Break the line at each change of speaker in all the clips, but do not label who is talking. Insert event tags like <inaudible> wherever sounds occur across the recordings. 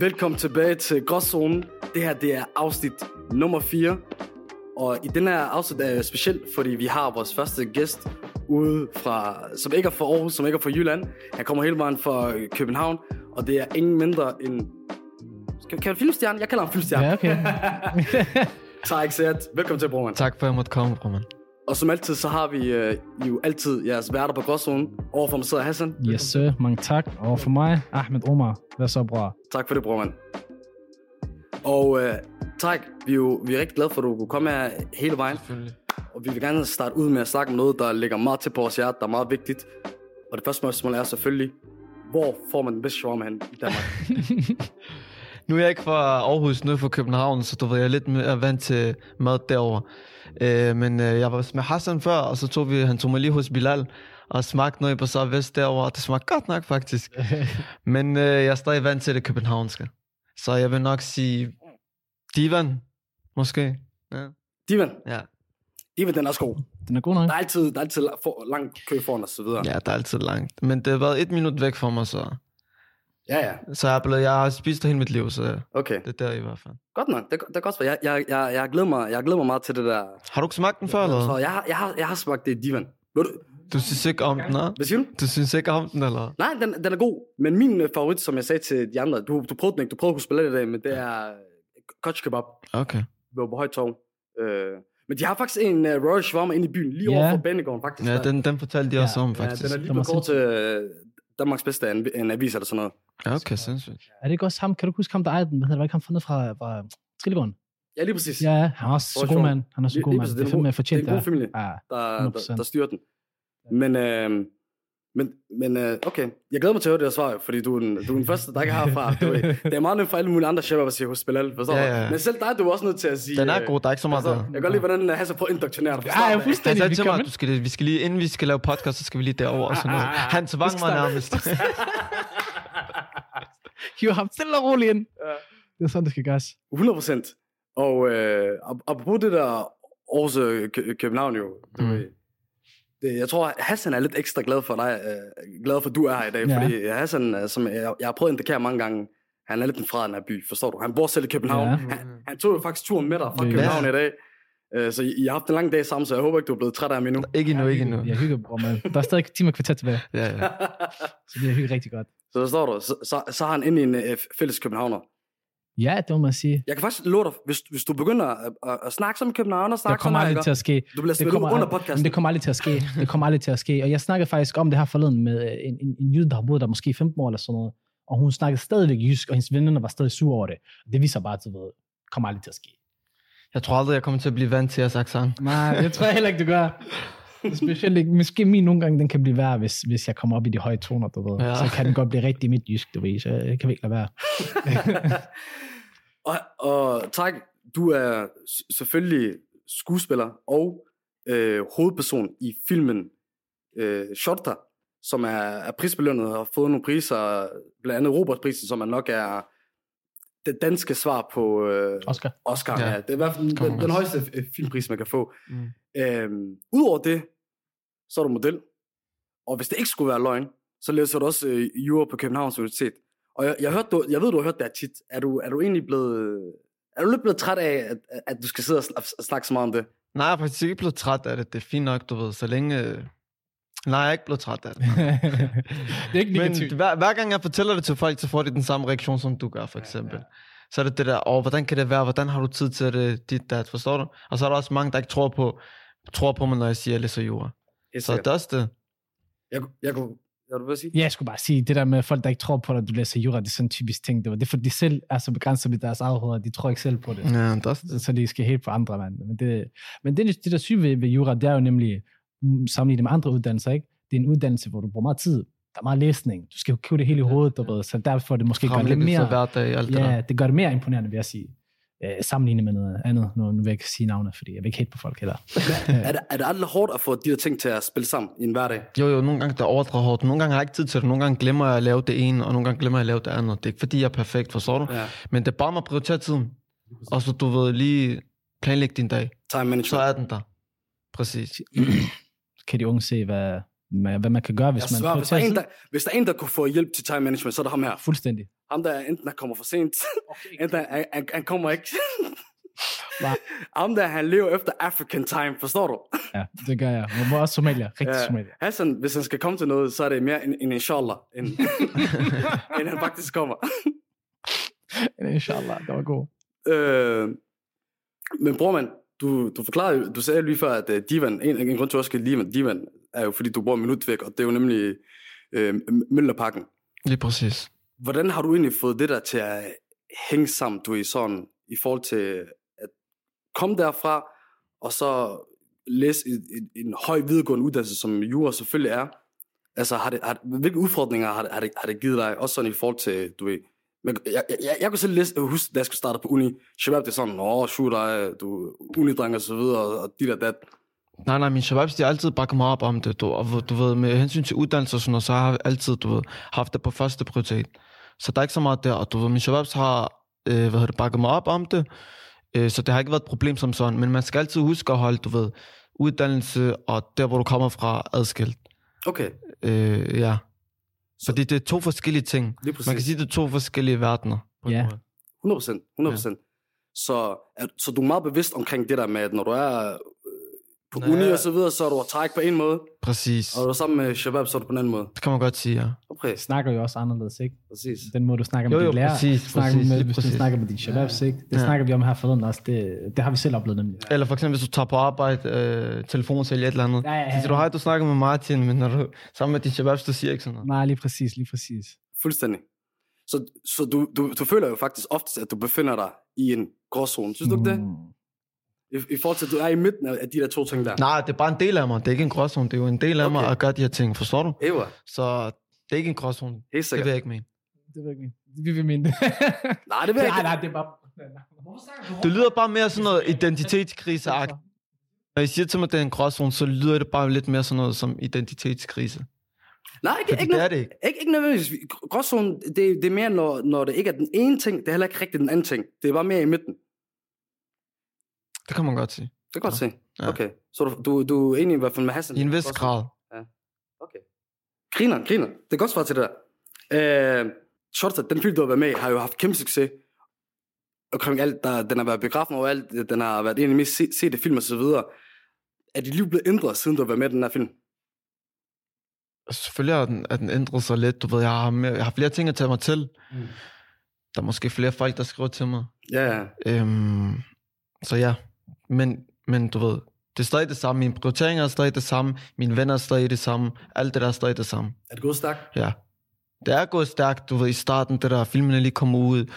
Velkommen tilbage til Gråzonen. Det her det er afsnit nummer 4. Og i den her afsnit er specielt, fordi vi har vores første gæst ude fra, som ikke er fra Aarhus, som ikke er fra Jylland. Han kommer hele vejen fra København, og det er ingen mindre end... Skal, kan han filmstjerne? Jeg kalder ham filmstjerne.
Ja,
Ja. <laughs>
okay.
Tak, Seat. Velkommen til, Broman.
tak for, at jeg måtte komme, bror, mand.
Og som altid, så har vi øh, jo altid jeres værter på Gråzonen. Overfor mig sidder Hassan.
Yes, sir. mange tak. Og for mig, Ahmed Omar. Hvad så, bror?
Tak for det, bror mand. Og øh, tak, vi er jo vi er rigtig glade for, at du kunne komme her hele vejen.
Selvfølgelig.
Og vi vil gerne starte ud med at snakke om noget, der ligger meget til på vores hjerte, der er meget vigtigt. Og det første spørgsmål er selvfølgelig, hvor får man den bedste shawarma hen i
<laughs>
Danmark?
Nu er jeg ikke fra Aarhus, nu er jeg fra København, så du ved, jeg er lidt mere vant til mad derovre. Øh, men øh, jeg var med Hassan før, og så tog vi, han tog mig lige hos Bilal, og smagte noget på Bazaar Vest derovre, og det smagte godt nok faktisk. men øh, jeg er stadig vant til det københavnske. Så jeg vil nok sige divan, måske.
Divan,
Ja,
Divan den er også god.
Den er god nok.
Der er altid, der er altid la- for, lang kø foran os, og så videre.
ja der er altid langt. Men det har været et minut væk fra mig, så,
ja, ja.
så jeg, er blevet, jeg har spist det hele mit liv, så
Okay,
det er der i hvert fald.
godt nok. Det, det er godt svar. Jeg, jeg, jeg, jeg, glæder mig, jeg glæder mig meget til det der.
Har du ikke smagt den før, eller?
Så
hvad?
jeg, har- jeg, har, jeg har smagt det i Divan. Ved du,
Du synes ikke om den, eller?
hvad siger du?
Du synes ikke om den, eller?
Nej, den, den er god. Men min øh, favorit, som jeg sagde til de andre, du, du prøvede den ikke, du prøvede Husbalat i dag, men det er Kotch Kebab
Okay.
ved på Højtorv. Øh, men de har faktisk en uh, Royal Shawarma inde i byen, lige
Ja.
yeah. over for Banegården faktisk.
Ja,
Der-
den, den fortalte de
Ja,
også om,
ja,
faktisk.
den er lige
Den var
blevet kort til øh, Danmarks bedste en, en avis eller sådan noget.
Ja, okay, sindssygt.
Er det ikke også ham? Kan du ikke huske ham, der ejede den? Hvad hedder det? Var ikke ham fundet fra, fra Skillegården?
Ja, lige præcis.
Ja, ja. han er også så
Vores
god,
sjov.
mand. Han er så
Lige-
god,
lige
mand.
præcis.
Det er
en
fandme
god-
fortjent,
Det er en god familie,
Ja, Ah.
der, der,
100%.
der styrer den. Men, øh, men, men øh, okay, jeg glæder mig til at høre det her svar, jo, fordi du er den, du er den første, der ikke har fra. Du,
<laughs>
<laughs>
ved. det er meget nemt for alle mulige andre shabab at sige Husbalat, forstår
Ja,
du?
ja, ja.
Men selv dig, du er også nødt til at sige...
Den er
øh,
god, der er ikke så meget
Altså,
der.
jeg kan godt lide, hvordan Hassan prøver at indoktrinere dig. fra
Ja,
starten
jeg
af.
Han
fuldstændig.
sagde
Vi
til mig,
kommer.
at du skal, vi skal lige, inden vi skal lave podcast, så skal vi lige derover og sådan noget. Han tvang mig nærmest.
Hiver ham stille og roligt ind.
Ja.
Det er sådan, det skal gøres.
100 procent. Og øh, ap- apropos det der Aarhus øh, Kø- København jo, du
Mm.
ved, det, jeg tror, Hassan er lidt ekstra glad for dig, øh, glad for, at du er her i dag,
Ja.
ja. fordi Hassan, øh, som jeg, jeg har prøvet at indikere mange gange, han er lidt en fra den her by, forstår du? Han bor selv i København.
Ja.
Ja. Han, han tog jo faktisk turen med dig fra
Ja.
København i dag. Øh, så I, I har haft en lang dag sammen, så jeg håber ikke, du er blevet træt af ham endnu.
<laughs> Ikke endnu, ikke endnu.
Jeg hygger, bror, mand. Der er stadig en time og kvarter tilbage,
Ja, ja.
så det er hygget rigtig godt.
Så forstår du, så, så, så har han endelig en øh, fælles københavner.
Ja, det må man sige.
Jeg kan faktisk love dig, hvis, hvis du begynder at, at, at snakke som københavner,
Der
snakke som
kommer aldrig
Amerika,
til at ske.
du bliver
det
smidt
kommer,
ud under
al-
podcasten.
men det kommer aldrig til at <laughs> ske. Det kommer aldrig til at ske. Og jeg snakkede faktisk om det her forleden med øh, en, en, en jyde, der har boet der måske 15 år eller sådan noget. Og hun snakkede stadigvæk jysk, og hendes venner var stadig sure over det. Det viser bare, at du ved, det kommer aldrig til at ske.
Jeg tror aldrig, jeg kommer til at blive vant til jeres accent.
Nej, det tror jeg heller ikke, du gør. Specielt ikke. Måske min nogle gange, den kan blive værre, hvis, hvis jeg kommer op i de høje toner, du ved.
Ja.
Ja. Så kan den godt blive rigtig midt jysk, du ved. Så det kan vi ikke lade være.
og, og tak, du er s- selvfølgelig skuespiller og øh, hovedperson i filmen øh, Shorta, som er, er prisbelønnet og har fået nogle priser, blandt andet Robertprisen, som er nok er det danske svar på øh,
Oscar. <laughs>
Oscar.
Ja.
Ja. Ja. Det er i hvert fald den,
Kommer
den, den
også.
højeste øh, filmpris, man kan få.
Mm.
Øhm, Udover det, så er du model. Og hvis det ikke skulle være løgn, så læser du også øh, jura på Københavns Universitet. Og jeg, jeg, hørte, du, jeg ved, du har hørt det her tit. Er du, er du egentlig blevet... øh, Er du lidt blevet træt af, at, at du skal sidde og sn- og snakke så meget om det?
Nej, jeg er faktisk ikke blevet træt af det. Det er fint nok, du ved. Så længe... øh, Nej, jeg er ikke blevet træt af det.
det er ikke
Men hver, hver gang jeg fortæller det til folk, så får de den samme reaktion, som du gør, for eksempel. Ja, ja. Så er det det der, åh, hvordan kan det være, hvordan har du tid til det, dit dat, forstår du? Og så er der også mange, der ikke tror på, tror på mig, når jeg siger, at jeg læser jura. Så det er også det.
Jeg, kunne- jeg kunne... Hvad du vil sige?
Ja, jeg skulle bare sige, det der med folk, der ikke tror på dig, at du læser jura, det er sådan en typisk ting. Det var det, er, fordi de selv er så begrænset med deres eget hoveder, de tror ikke selv på det.
Ja, det er også
Så-
det.
Så de skal helt på andre, mand. Men det, men det, det der syge ved, ved jura, det er jo nemlig, mm, sammenlignet med andre uddannelser, ikke? det er en uddannelse, hvor du bruger meget tid. Der er meget læsning. Du skal jo købe det hele i hovedet, du ved, så derfor er det måske gør det
Fremlæggelse
mere,
hver dag, alt det der.
ja, det gør det mere imponerende, vil jeg sige. Øh, sammenlignet med noget andet. Nu, nu vil jeg ikke sige navne, fordi jeg vil ikke hate på folk heller.
Er, det, er det aldrig hårdt at få de der ting til at spille sammen i en hverdag?
Jo, jo, nogle gange der overdrevet hårdt. Nogle gange har jeg ikke tid til det. Nogle gange glemmer jeg at lave det ene, og nogle gange glemmer jeg at lave det andet. Det er ikke fordi, jeg er perfekt, forstår du?
Ja.
Men det er bare med at prioritere tiden. Og så, du ved, lige planlægge din dag.
Time
Så
management.
er den der. Præcis.
kan de unge se, hvad, med, hvad man kan gøre, hvis
jeg
man
svær,
prøver
hvis der,
til at
er en,
sidde-
der, hvis der er en, der kunne få hjælp til time management, så er det ham her.
Fuldstændig.
Ham der er enten, der kommer for sent, enten han, han, han kommer ikke.
Nej.
ham der, han lever efter African time, forstår du?
Ja, det gør jeg. Men hvor også somalier. Rigtig
Ja.
somalier.
Hassan, hvis han skal komme til noget, så er det mere en, en inshallah,
<laughs>
end, end han faktisk kommer.
Inshallah, det var god.
Øh, men bror man, du, du forklarede jo- du sagde lige før, at uh, Divan, en, en grund til, at jeg også kan lide Divan, Divan, er jo fordi, du bor en minut væk, og det er jo nemlig øh, M- Møllerparken.
Lige præcis.
Hvordan har du egentlig fået det der til at hænge sammen, du er sådan, i forhold til at komme derfra, og så læse en, en, en høj videregående uddannelse, som jura selvfølgelig er? Altså, har det, har, det- hvilke udfordringer har det, har, det, har det givet dig? Også sådan i forhold til, du ved, men jeg, jeg, jeg, jeg kunne selv læse, huske, da jeg skulle starte på uni, Shabab, det er sådan, åh, shoot, ej, du unidreng og så videre, og, og dit og dat.
Nej, nej, min shababs, de har altid bakket mig op om det, du, og hvor- du ved, med hensyn til uddannelse og sådan noget, så har jeg altid, du ved, haft det på første prioritet. Så der er ikke så meget der, og du ved, min shababs har, øh, hvad hedder det, bakket mig op om det, øh, så det har ikke været et problem som sådan, men man skal altid huske at holde, du ved, uddannelse og der, hvor du kommer fra, adskilt.
Okay,
Øh, ja. Så det, det er to forskellige ting.
lige
Man kan
præcis.
sige, det er to forskellige verdener. på en
Ja.
måde.
100 procent, 100 procent. Så, at, så du er meget bevidst omkring det der med, at når du er øh, på
Nå,
uni
ja.
og så videre, så er du træk på en måde,
Præcis.
og når du er sammen med Shabab, så er du på en anden måde.
Det kan man godt sige, ja.
Okay,
Jeg snakker jo også anderledes, ikke?
præcis.
Den måde, du snakker med
Jo, jo,
dine lærere,
præcis,
snakker
præcis,
med,
lige
hvis du
præcis.
snakker med dine shababs, ikke? Det
Ja.
snakker vi om her forleden også. Det, det har vi selv oplevet nemlig.
Eller for eksempel, hvis du tager på arbejde, øh, telefonen sælger et eller andet.
Ja, ja, ja.
Så siger du, hej, du snakker med Martin, men når du sammen med dit shababs, du siger ikke sådan noget.
Nej, lige præcis, lige præcis.
Fuldstændig. Så, så du, du, du føler jo faktisk oftest, at du befinder dig i en gråzone. Synes du ikke det?
Mm.
I, I forhold til, at du er i midten af af de der to ting der.
Nej, det er bare en del af mig. Det er ikke en gråzone. Det er jo en del af okay. mig
Okay.
at gøre de her ting, forstår du?
Ewa,
Så det er ikke en gråzone. Det
helt
vil
sikkert.
jeg ikke mene.
Det ved jeg ikke. Vi vil mene det.
Nej, det vil jeg
nej,
ikke.
nej, det er bare...
Det lyder bare mere sådan noget identitetskrise -agt. Når I siger til mig, at det er en gråzone, så lyder det bare lidt mere sådan noget som identitetskrise.
Nej, ikke,
Fordi
ikke,
det er
nød-
det ikke.
ikke, ikke nødvendigvis. Gråzone, det, det er mere, når, når det ikke er den ene ting, det er heller ikke rigtig den anden ting. Det er bare mere i midten.
Det kan man godt sige.
Det kan jeg godt se.
Ja.
Okay. Så du, du, du er enig i hvert fald med Hassan?
I en vis
Godt se.
grad.
Okay. Griner, griner. Det er godt svar til det der. Øh, Shortset, den film, du har været med i, har jo haft kæmpe succes. Omkring alt, der, den har været begrafen over alt, øh, den har været en af de mest se- sete film og så videre. Er dit liv blevet ændret, siden du har været med i den her film?
Selvfølgelig har den, at den ændret sig lidt. Du ved, jeg har, mere, jeg har flere ting at tage mig til.
Mm.
Der er måske flere folk, der skriver til mig.
Ja, ja.
Øhm, så ja, men, men du ved, det er stadig det samme. Mine prioriteringer er stadig det samme. Mine venner er stadig det samme. Alt det der er stadig det samme.
Er det gået stærkt?
Ja. Det er gået stærkt, du ved, i starten, det der, filmene lige kommer ud, mm.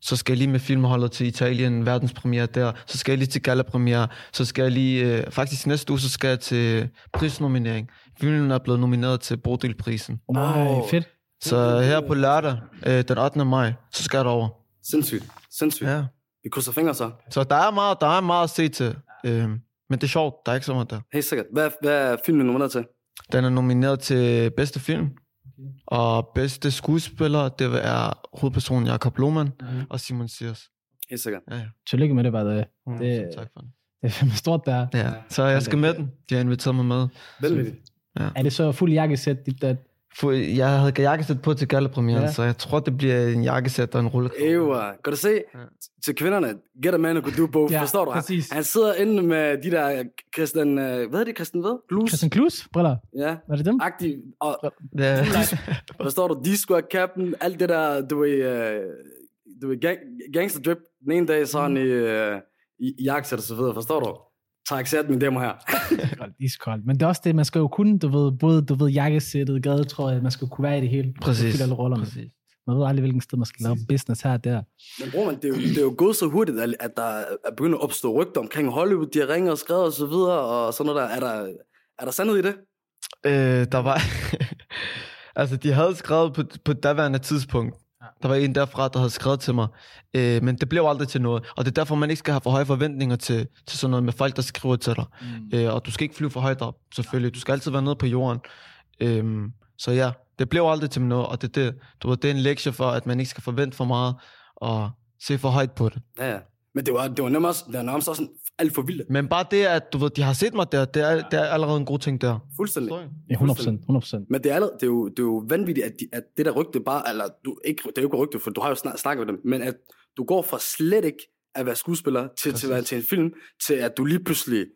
så skal jeg lige med filmholdet til Italien, verdenspremiere der, så skal jeg lige til gallapremiere, så skal jeg lige, øh, faktisk næste uge, så skal jeg til prisnominering. Filmen er blevet nomineret til Bodilprisen.
Nej,
Wow.
fedt.
Så her på lørdag, øh, den 8. maj, så skal jeg derover.
Sindssygt. Sindssygt. Ja.
Ja.
Vi krydser fingre så.
Så der er meget, der er meget at se til. Øh, men det er sjovt, der er ikke så meget der.
Helt sikkert. Hvad, hvad er filmen nomineret til?
Den er nomineret til bedste film. Og bedste skuespiller, det er hovedpersonen Jakob Lohmann
Mhm.
og Simon Sears.
Helt sikkert.
Ja, ja.
Tillykke med det, bare det.
Det... Tak for det.
Det er fandme stort, der.
Ja. Så jeg skal med den. De har inviteret mig med.
Velvilligt.
Er det så fuld jakkesæt, dit uh, dat?
For jeg havde jakkesæt på til gallepremieren,
Ja.
ja. så jeg tror, det bliver en jakkesæt og en rullekram.
Ewa, kan du se?
Ja.
Til kvinderne, get a man who can do both. Ja, Forstår du? Han,
præcis.
han sidder inde med de der Christian, øh, hvad er det, Christian hvad? Blues?
Christian Klus, briller.
Ja,
Var det dem?
agtig. Og
Ja.
forstår du, disco er kappen, alt det der, du ved, øh, du ved gang, gangster drip, den ene dag så er han i, øh, i, i jakkesæt og så videre, forstår du? Tag sæt mine damer her.
Iskoldt, iskoldt. Men det er også det, man skal jo kunne, du ved, både du ved, jakkesættet, gadetrøje, man skal jo kunne være i det hele.
Præcis.
Fylde alle rollerne.
Præcis.
Man ved aldrig, hvilken sted man skal lave business her og der.
Men bror, man, det, er jo, det er jo gået så hurtigt, at, at der er begyndt at opstå rygter omkring Hollywood, de har ringet og skrevet og så videre, og sådan noget der. Er der, er der sandhed i det?
Øh, der var... <laughs> altså, de havde skrevet på, på daværende tidspunkt.
Ja.
Der var en derfra, der havde skrevet til mig. Øh, men det blev aldrig til noget. Og det er derfor, man ikke skal have for høje forventninger til, til sådan noget med folk, der skriver til dig.
Mm.
Øh, og du skal ikke flyve for højt op, selvfølgelig. Du skal altid være nede på jorden. Øh, så ja, det blev aldrig til noget. Og det, er det, du ved, det er en lektie for, at man ikke skal forvente for meget og se for højt på det.
Ja, ja. Men det var, det var nærmest, også, det var nærmest også en, alt for vilde.
Men bare det, at du ved, de har set mig der, det er, det er allerede en god ting der.
Fuldstændig.
Forstår I?
Ja, 100%, 100%.
Men det er, allerede, det, er jo, det er jo vanvittigt, at, de, at det der rygte bare, eller du, ikke, det er jo ikke rygte, for du har jo snak, snakket med dem, men at du går fra slet ikke at være skuespiller til, til, at være
Præcis.
til en film, til at du lige pludselig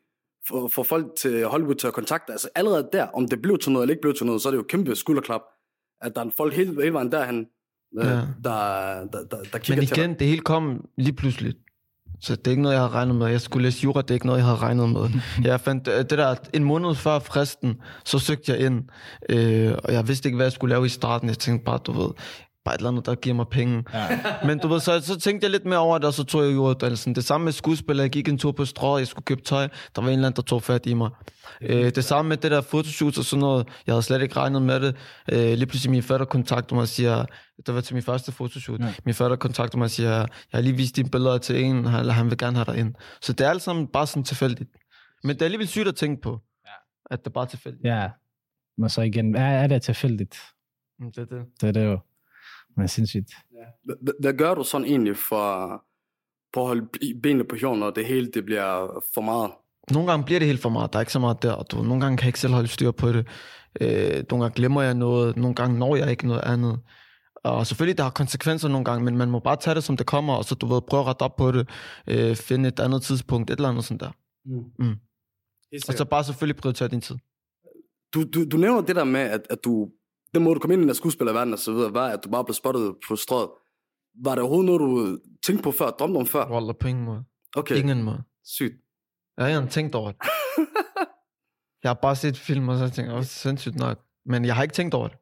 får, får folk til Hollywood til at kontakte. Altså allerede der, om det blev til noget eller ikke blev til noget, så er det jo kæmpe skulderklap, at der er en folk hele, hele vejen derhen, ja.
Ja.
der, der, der, der kigger
Men
til dig.
igen, det hele kom lige pludselig. Så det er ikke noget, jeg har regnet med. Jeg skulle læse jura, det er ikke noget, jeg har regnet
<laughs>
med. Jeg fandt øh, det der, en måned før fristen, så søgte jeg ind, øh, og jeg vidste ikke, hvad jeg skulle lave i starten. Jeg tænkte bare, du ved, bare et eller andet, der giver mig penge.
Ja.
<laughs> Men du ved, så, så tænkte jeg lidt mere over det, og så tog jeg jorduddannelsen. Det samme med skuespiller, jeg gik en tur på strået, jeg skulle købe tøj, der var en eller anden, der tog fat i mig. Øh, det samme med det der fotoshoot og sådan noget, jeg havde slet ikke regnet med det. Øh, lige pludselig min fætter kontakter mig og siger, det var til min første fotoshoot,
Ja.
ja. min fætter kontakter mig og siger, jeg har lige vist dine billeder til en, han- eller han vil gerne have dig ind. Så det er alt sammen bare sådan tilfældigt. Men det er alligevel sygt at tænke på, ja. at det er bare tilfældigt.
ja. Men så igen, er, er det tilfældigt?
Mm, Det er det.
Det er det jo. Men sindssygt.
Hva- hva- Hvad gør du sådan egentlig for, for at holde b- benene på jorden, når det hele det bliver for meget?
nogle gange bliver det helt for meget. Der er ikke så meget der, og du, ved, nogle gange kan jeg ikke selv holde styr på det. Øh, nogle gange glemmer jeg noget, nogle gange når jeg ikke noget andet. Og selvfølgelig, der har konsekvenser nogle gange, men man må bare tage det, som det kommer, og så du ved, prøve at rette op på det, øh, finde et andet tidspunkt, et eller andet sådan der. Mm. Og så bare selvfølgelig prioritere din tid.
Du, du, du nævner det der med, at, at du, den måde du kom ind i den der skuespillerverden og så videre, var, at du bare blev spottet på strøget. Var det overhovedet noget, du tænkte på før, drømte om før?
Wallah, på ingen måde.
Okay,
Okay. Ingen måde.
sygt.
Jeg har ikke engang tænkt over det. jeg har bare set film, og så tænker jeg, "Åh, sindssygt nok. Men jeg har ikke tænkt over det.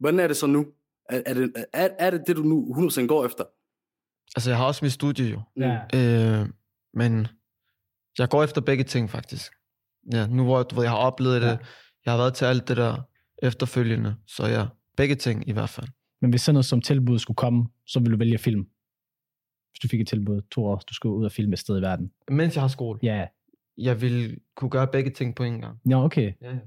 Hvordan er det så nu? Er, er, det, er, er det det, du nu 100% går efter?
Altså, jeg har også mit studie jo.
Mm.
Ja.
Øh, men jeg går efter begge ting, faktisk. Ja, nu hvor du ved, jeg har oplevet det,
Ja.
ja. jeg har været til alt det der efterfølgende, så ja, begge ting i hvert fald.
Men hvis sådan noget som tilbud skulle komme, så ville du vælge film. Hvis du fik et tilbud, to år, du skulle ud og filme et sted i verden.
Mens jeg har skole, ja.
Ja, yeah.
jeg vil kunne gøre begge ting på en gang.
ja, okay.
Ja, ja.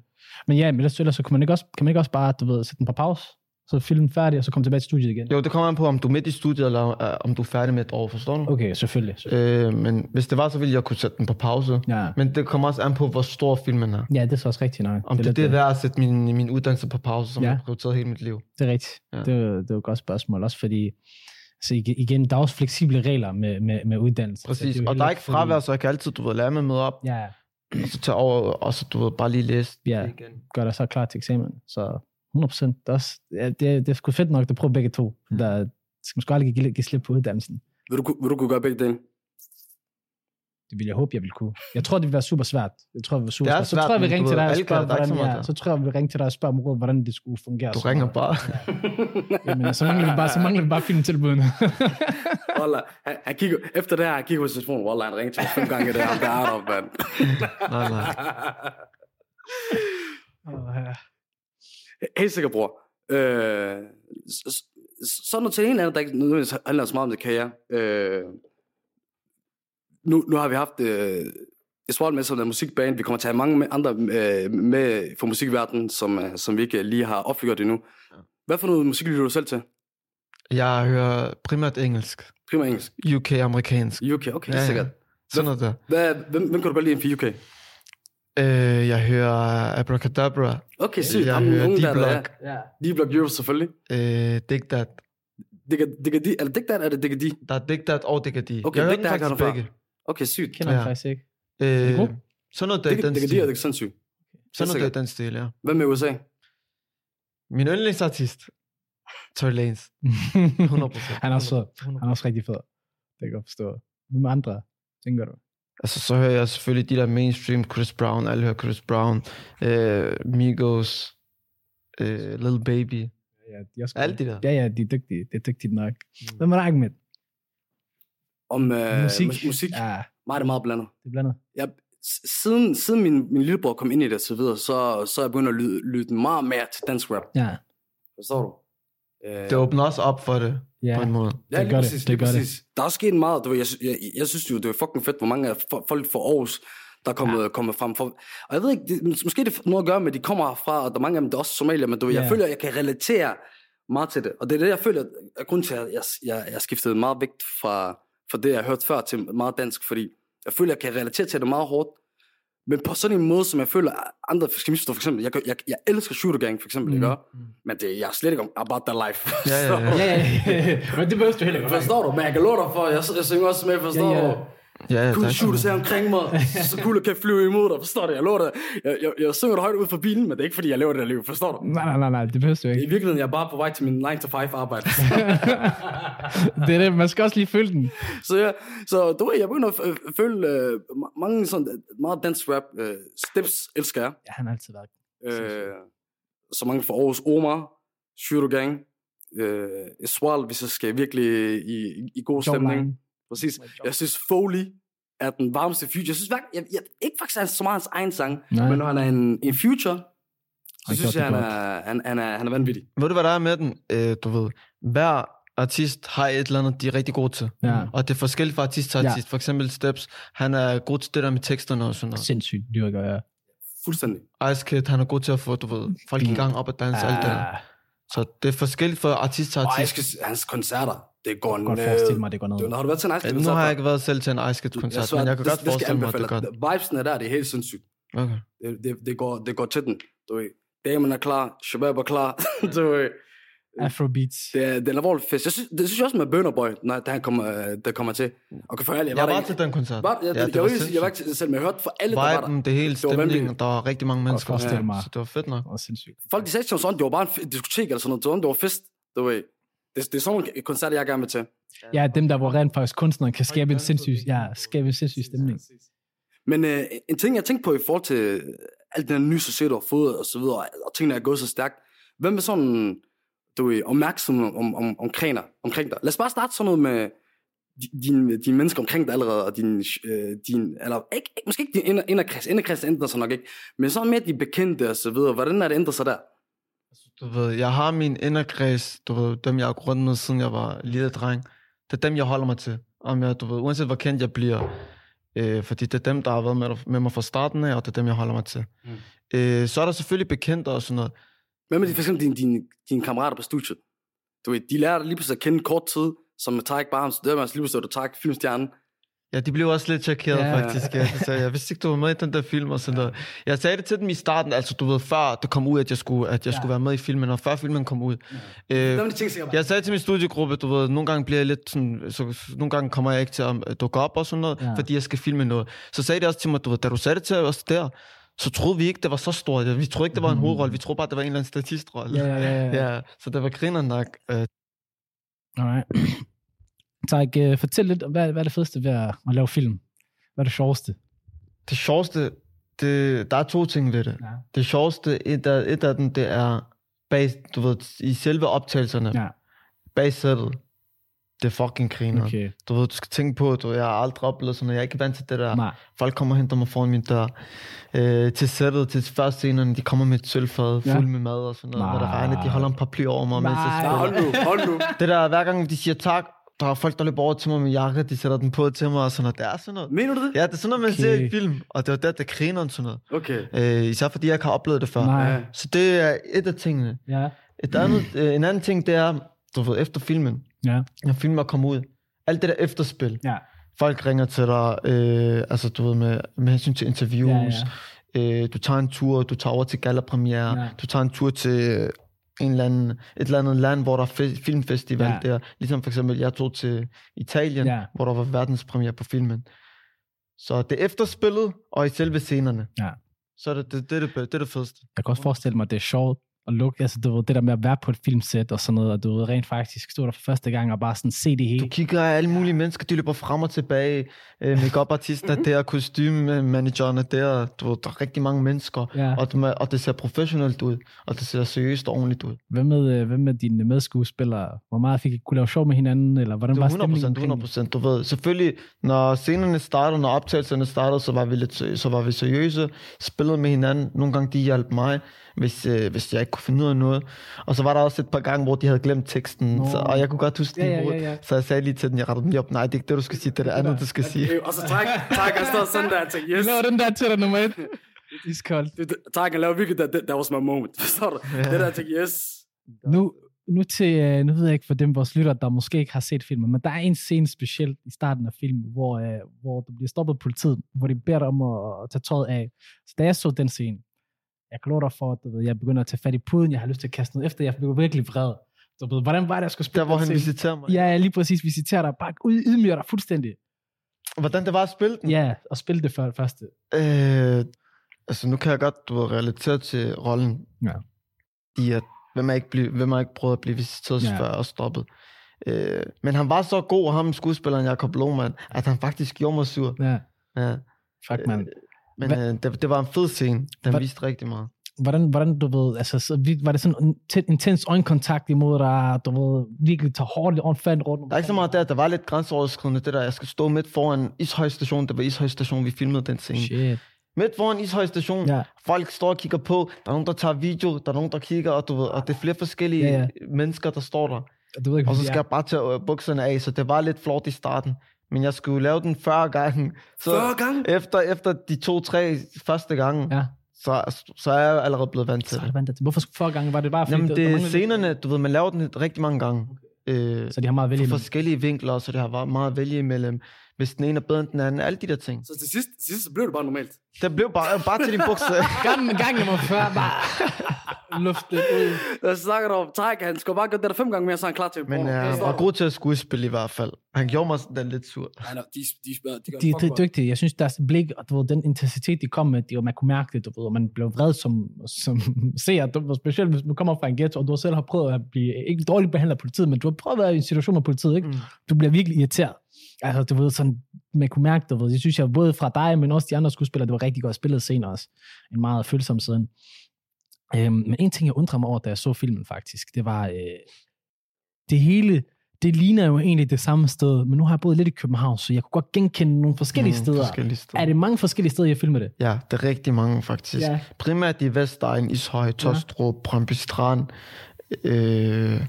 Men ja, men ellers, ellers så kan man, ikke også, kan man ikke også bare, du ved, sætte den på pause, så film færdig, og så komme tilbage til studiet igen?
Jo, det kommer an på, om du er midt i studiet, eller øh, om du er færdig med et år, forstår du?
Okay, selvfølgelig. selvfølgelig.
Øh, men hvis det var, så ville jeg kunne sætte den på pause.
Ja.
Men det kommer også an på, hvor stor filmen er.
ja, det er så også rigtigt nok.
Om det, det,
lidt,
det er værd at sætte min, min uddannelse på pause, som
Ja.
ja. jeg har prioriteret hele mit liv.
Det er rigtigt. Ja.
Ja.
Det, er jo- det er jo et godt spørgsmål, også fordi, så igen, der er også fleksible regler med, med, med uddannelse. så
Præcis.
det jo
Og
heller
der Altså, er ikke
fordi-
fravær, så jeg kan altid, du ved, lade mig møde op.
Ja,
og så tage over, og så du ved, bare lige læse
Ja.
det igen.
gør dig så klar til eksamen. Så 100%. Det er, også, ja, det, er- det er sgu fedt nok, at prøver begge to.
Ja.
Der skal man sgu aldrig give, give slip på uddannelsen.
Vil du, kunne- vil du kunne gøre begge dele?
Det vil jeg håbe, jeg vil kunne. Jeg tror, det vil være super svært. Jeg tror, det vil være super
Det er
svært. Så
svært,
tror jeg, vi
men
ringer
du
til
ved,
dig og
alle kan-
spørger,
der er ikke så
hvordan,
meget
ja, så
der.
tror jeg, vi ringer til dig og spørger om råd, hvordan det skulle fungere.
Du
og sådan
ringer
noget.
bare.
Jamen, så mangler vi bare, så mangler vi bare filmtilbudene.
Wallah, han, han kigger, efter det her, han kigger på sin telefon, Wallah, han ringer til mig fem gange, det er ham, der er der, mand.
<laughs> Nej, nej.
Åh, ja.
Helt sikkert, bror. Øh, s- s- s- sådan noget til en eller anden, der ikke nødvendigvis handler så meget om det, kan jeg. Øh, nu, nu har vi haft øh, Eswald med som en musikband. Vi kommer til at have mange med, andre øh, med fra musikverdenen, som, øh, som vi ikke lige har offentliggjort endnu. Hvad for noget musik lytter du selv til?
Jeg hører primært engelsk,
Primært engelsk.
UK-amerikansk.
UK, okay, ja, sikkert.
Sådan noget der.
Hvad, hvem, hvem kan du godt lide inden for UK?
Øh, jeg hører Abracadabra.
Okay, sygt.
jeg
Ham,
hører
unge der, der er.
D-Block.
ja.
D-Block Europe, selvfølgelig.
Øh, Dig That.
Digga, digga, di, eller digga, er det digga, di?
Der er Dig That og Dig That.
Okay,
jeg
Dig Dat
faktisk
kommer fra.
begge.
Okay, sygt.
Kender ja.
Ja.
faktisk
<laughs>
ikke. <laughs>
Øh,
god.
sådan noget der i
Digga,
den
digga, di er
stil.
det sindssygt.
Sådan noget der
sikkert.
i den stil, ja.
Hvad med USA?
Min yndlingsartist. Tory Lanez. 100%.
Han er også fed.
100%.
Han er også rigtig fed. Det kan jeg godt forstå. Hvem andre, tænker du?
Altså, så hører jeg selvfølgelig de der mainstream, Chris Brown, alle hører Chris Brown, øh, Migos, øh, Little Baby.
Ja, de er også Mm.
Alle de der.
Ja, ja, de er dygtige. Det er dygtigt nok. Hvem er der ikke med?
Om øh, musik. musik. Ja.
Ja,
Meget, det er meget blandet.
det er blandet.
S- Siden, siden min, min lillebror kom ind i det, og så, videre, så, så er jeg begyndt at lytte, lytte meget mere til dansk rap.
Ja,
Forstår du? Øh,
Det åbner også op for det,
ja.
på en måde.
ja,
det
lige
gør det,
præcis,
det
lige
gør det.
præcis. Der er også sket meget. Du ved, jeg, sy- jeg, jeg synes jo, det er fucking fedt, hvor mange af fo- folk fra Aarhus, der er kommet, ja. kommet frem. For, og jeg ved ikke, det, måske det har noget at gøre med, at de kommer herfra, og der er mange af dem, der er også somalier, men du ved, jeg
Ja.
føler, at jeg kan relatere meget til det. Og det er det, jeg føler, er grunden til, at jeg, jeg, jeg skiftede meget vægt fra, fra det, jeg hørte før, til meget dansk, fordi Jeg føler, jeg kan relatere til det meget hårdt. Men på sådan en måde, som jeg føler, andre skal misforstå, for eksempel, jeg, gør- jeg, jeg elsker shooter gang, for eksempel, mm. ikke? Men det, jeg er slet ikke om about that life.
Ja, ja, ja.
<laughs> Så-
Ja, ja, <laughs> men det behøver du heller ikke.
Forstår du? Men jeg kan love dig for, jeg, jeg synger også med, forstår
Ja,
ja,
ja.
ja. du?
Ja, ja,
Cool
tak.
shooters her omkring mig, <laughs> så cool kan flyve imod dig, forstår du? Jeg lover dig. Jeg, jeg, jeg synger det højt ud for bilen, men det er ikke, fordi jeg laver det der liv, forstår du?
Nej, nej, nej, nej, det behøver du
I
<laughs> ikke.
virkeligheden, jeg er bare på vej til min 9-to-5 arbejde. <laughs>
Det er det, man skal også lige følge den.
så, jeg, så du ved, jeg begynder at øh, føle øh, ma- mange sådan, øh, meget dansk rap. Øh, steps elsker jeg.
Ja, han har altid været.
Øh, så mange fra Aarhus, Omar, Shooter Gang, øh, Eswal, hvis jeg skal virkelig i, i, i god
Sjov
stemning.
line.
Præcis. Jeg synes, Foley er den varmeste future. Jeg synes hverken- jeg, jeg, ikke faktisk, han er så meget hans egen sang,
Nej.
Nej. men når han er en, en future, så
Han
han synes
gør
jeg,
det
han er, han, han, er, han er vanvittig.
Ved du, hvad der er med den? Øh, du ved, hver artist har et eller andet, de er rigtig gode til.
Ja.
Og det er forskelligt fra artist til
Ja.
artist. For eksempel Steps, han er god til det der med teksterne og sådan noget.
Sindssygt lyriker, ja.
Fuldstændig.
Ice Kid, han er god til at få, du ved, folk i
Mm.
gang op og danse, alt det der.
Ah,
Så det er forskelligt fra artist til
Og jeg
artist.
skal, hans koncerter, det går
Godt
ned.
forestil mig, det går ned.
Det- Har du været til en
Øh,
Ice
Nu har jeg ikke været selv til en Ice Kid-koncert, men jeg kan godt forestille mig, at det er godt.
Vibesen er der, det er helt sindssygt.
Okay.
Det, det, det, går, det går til den. Du ved, damen er klar, Shabab er klar. <laughs> du ved,
Afrobeats.
det, er, det er en alvorlig fest. Jeg synes, det synes jeg også med Bønder Boy, når han kommer, øh, der kommer til. Og kan forhælde,
Jeg var til den koncert.
Var, jeg, ja,
det
jeg, var jeg, jeg var
sindssygt.
ikke til- selv, men jeg hørte fra alle, der var der.
Viben, det hele,
var
stemningen,
vanvittigt.
der var rigtig mange mennesker.
forestille mig.
Så det var fedt nok.
Åh, sindssygt.
Folk de sagde ikke sådan, det var bare en f- diskotek eller sådan noget. Det var, det var fest, du ved. Det, det er sådan en koncert, jeg gerne vil til.
Ja, dem der, hvor rent faktisk kunstneren kan skabe en sindssyg, ja, skabe en sindssyg stemning.
Men øh, en ting, jeg tænkte på i forhold til alt den her nye society, du har fået og så videre, og, og tingene er gået så stærkt. Hvem er sådan, du ved, opmærksom om, om, omkring, dig, omkring dig? Lad os bare starte sådan noget med di- dine din mennesker omkring dig allerede, og din, øh, din eller ikke, ikke, måske ikke din inder- inderkreds, inderkreds ændrer sig nok ikke, men sådan mere de bekendte og så videre. Hvordan er det ændret sig der?
Du ved, jeg har min inderkreds, du ved, dem jeg har gået rundt med, siden jeg var lille dreng. Det er dem, jeg holder mig til. Om jeg, du ved, uanset hvor kendt jeg bliver. Øh, fordi det er dem, der har været med, med mig fra starten af, og det er dem, jeg holder mig til.
Mm.
Mm. Øh, så er der selvfølgelig bekendte og sådan noget.
Hvad med de- for eksempel dine din, din kammerater på studiet? Du ved, de lærer dig lige pludselig at kende kort tid, som med Tarek Barhams, der er man altså lige pludselig, at du Tarek Filmstjernen.
Øh. Ja, de blev også lidt chokeret
Ja, ja.
ja, faktisk. Ja. Så jeg vidste ikke, du var med i den der film og sådan noget. Jeg sagde det til dem i starten, altså du ved, før det kom ud, at jeg skulle, at jeg
Ja.
ja. skulle være med i filmen, og før filmen kom ud.
Det
Øh,
var de ting, jeg bare.
Jeg sagde til min studiegruppe, du ved, nogle gange bliver jeg lidt sådan, så nogle gange kommer jeg ikke til at øh, dukke op og sådan noget,
Ja.
ja. fordi jeg skal filme noget. Så sagde de også til mig, du ved, da du sagde det til os der, så troede vi ikke, det var så stort. Vi troede ikke, det var en
Mhm.
hovedrolle. Vi troede bare, det var en eller anden statistrolle.
Ja, ja, ja. ja.
ja. så det var griner nok. Øh,
Alright. <clears throat> Tak, øh, fortæl lidt, om, hvad, hvad er det fedeste ved at, at lave film? Hvad er det sjoveste?
Det sjoveste, det, der er to ting ved det.
Ja.
Det sjoveste, et af, et af dem, det er bag, du ved, i selve optagelserne,
Ja.
bag sættet. Det er fucking griner. Okay.
Okay.
Du ved, du skal tænke på, du, jeg har aldrig oplevet sådan noget. Jeg er ikke vant til det der.
Nej.
Folk kommer og henter mig foran min dør. Øh, til sættet, til første scenerne, de kommer med et sølvfad
Ja.
ja. fuld med mad og sådan noget. Nej. Hvor der
Nej.
regner, de holder en paraply over mig. Mens
Nej.
jeg
Ja,
spiller.
hold nu, hold nu.
det der, hver gang de siger tak, der er folk, der løber over til mig med jakke, de sætter den på til mig og sådan noget. Det er sådan noget.
Mener du det?
Ja, det er sådan noget, man
Okay.
okay. ser i film, og det var der, det griner og sådan noget.
Okay.
Øh, især fordi jeg ikke har oplevet det før.
Nej. Mm.
Ja.
Så det er et af tingene.
Ja.
Et andet, øh, en anden ting, det er, du ved, efter filmen,
Ja.
når filmen er kommet ud, alt det der efterspil,
Ja.
folk ringer til dig, øh, altså du ved, med, med hensyn til interviews,
Ja,
Øh, du tager en tur, du tager over til gallapremiere,
Ja.
ja. du tager en tur til øh, en eller anden, et eller andet land, hvor der er fe- filmfestival
Ja.
ja. der. Ligesom for eksempel, jeg tog til Italien,
Ja.
ja. hvor der var verdenspremiere på filmen. Så det er efterspillet, og i selve scenerne.
Ja.
Så er det det, det, er det, be- det, er det fedeste.
Jeg kan også forestille mig, at det er sjovt at lukke, altså du ved, det der med at være på et filmsæt og sådan noget, og du ved, rent faktisk stå der for første gang og bare sådan se det
Du
hele.
kigger af alle mulige mennesker, de løber frem og tilbage. Øh, Make-up-artister
<laughs>
der, kostymemanagerne der. Du ved, der er rigtig mange mennesker.
Ja.
Og, det, og det ser professionelt ud, og det ser seriøst og ordentligt ud.
Hvad med, øh, hvad med dine medskuespillere? Hvor meget fik I kunne lave sjov med hinanden, eller hvordan
Det
var
var
stemningen?
100%, 100%, du ved. Selvfølgelig, når scenerne startede, når optagelserne startede, så var vi, lidt, seriø- så var vi seriøse, spillede med hinanden. Nogle gange de hjalp mig, hvis, øh, hvis jeg ikke kunne finde ud af noget. Og så var der også et par gange, hvor de havde glemt teksten,
Nå.
så, og jeg kunne godt huske
Ja,
det i
ja, ja,
hovedet.
ja.
Så jeg sagde lige til den, jeg rettede mig op. Nej, det er ikke det, du skal sige, det er det andet, du skal sige.
Øh, Og så tak, tak, han står sådan der og tænker, yes.
Jeg laver den der til dig nummer et. Iskoldt.
<laughs> Det- det- Tak, han laver virkelig, that, that was my moment. Forstår du? Det der, jeg tænker, yes.
Nu, nu til, øh, nu ved jeg ikke for dem vores lytter, der måske ikke har set filmen, men der er en scene specielt i starten af filmen, hvor, øh, hvor du bliver stoppet af politiet, hvor de beder dig om at, at tage tøjet af. Så da jeg så den scene, jeg kan love dig for, at du ved, jeg begynder at tage fat i puden, jeg har lyst til at kaste noget efter, jeg bliver virkelig vred. Du ved, hvordan var det, jeg skulle spille
Der, hvor
den
han
scene?
visiterer mig.
Ja, jeg lige præcis visiterer dig, bare ud, ydmyger dig fuldstændig.
Mm. Hvordan det var at spille den?
Ja, og spille det før første.
Øh, altså, nu kan jeg godt du ved, relatere til rollen.
Ja.
I at, hvem har ikke, blive, hvem har ikke prøvet at blive visiteret
Ja.
ja. før og stoppet. Øh, men han var så god, ham skuespilleren Jakob Lohmann, at han faktisk gjorde mig sur.
Ja,
Ja.
fuck man.
Men
Hva-
øh, det, det, var en fed scene. Den
Hva-
viste rigtig meget.
Hvordan, hvordan du ved, altså, så vi- var det sådan en tæt, intens øjenkontakt imod dig, du ved, virkelig tager hårdt åndfærdigt rundt.
Der er ikke så meget der. Der var lidt grænseoverskridende, det der. Jeg skal stå midt foran Ishøj Station. Det var Ishøj Station, vi filmede den scene. Shit.
Shit.
Midt foran Ishøj Station.
Ja,
Folk står og kigger på. Der er nogen, der tager video. Der er nogen, der kigger. Og, du ved, og det er flere forskellige
Ja,
ja, ja. mennesker, der står der.
du ved ikke,
Og så
hvor
skal
vi er.
jeg bare tage øh, bukserne af, så det var lidt flot i starten. Men jeg skulle lave den 40 gange. Så
40 gange?
Efter, efter de to-tre første gange,
Ja,
så, så er jeg allerede blevet vant
så
til
er det
det.
vant til. Hvorfor skulle- forrige gang var det bare, fordi
Jamen,
der-
det
der
er
manglede-
scenerne, du ved, man laver den rigtig mange gange. Øh,
Så de har meget at vælge.
fra
imellem.
forskellige vinkler, så det har været meget at vælge imellem. Hvis den ene er bedre end den anden, alle de der ting.
Så til sidst, til sidst så blev det bare normalt.
Det blev bare, bare til din
<laughs>
bukser.
Gang, gang nummer 40, bare <laughs> luft lidt ud.
Jeg snakker du om, tak, han skulle bare gøre det der fem gange mere, så er han klar til en
<laughs> Men
porno.
øh,
Det
han
står
var
der.
god til at skuespille i hvert fald. Han gjorde mig sådan lidt sur.
Ja, nå, de, de, de, de, gør
De,
det
de
fuck
er
godt.
dygtige. Jeg synes, deres blik og du ved, den intensitet, de kom med, det var, man kunne mærke det, du ved, og man blev vred som, som <laughs> seer. Du ved, specielt hvis man kommer fra en ghetto, og du selv har prøvet at blive, ikke dårligt behandlet af politiet, men du har prøvet at være i en situation med politiet, ikke?
Mm.
Du bliver virkelig irriteret. Altså, du ved, sådan, man kunne mærke, du ved, jeg synes, jeg både fra dig, men også de andre skuespillere, det var rigtig godt spillet senere også. En meget følsom siden. Øhm, men en ting, jeg undrer mig over, da jeg så filmen faktisk, det var, øh, det hele, det ligner jo egentlig det samme sted, men nu har jeg boet lidt i København, så jeg kunne godt genkende nogle forskellige mm, steder.
Forskellige steder.
Er det mange forskellige steder, jeg filmer det?
Ja, det er rigtig mange faktisk.
Ja.
Primært i Vestegn, Ishøj, Tostrup, Brøndby Strand, øh,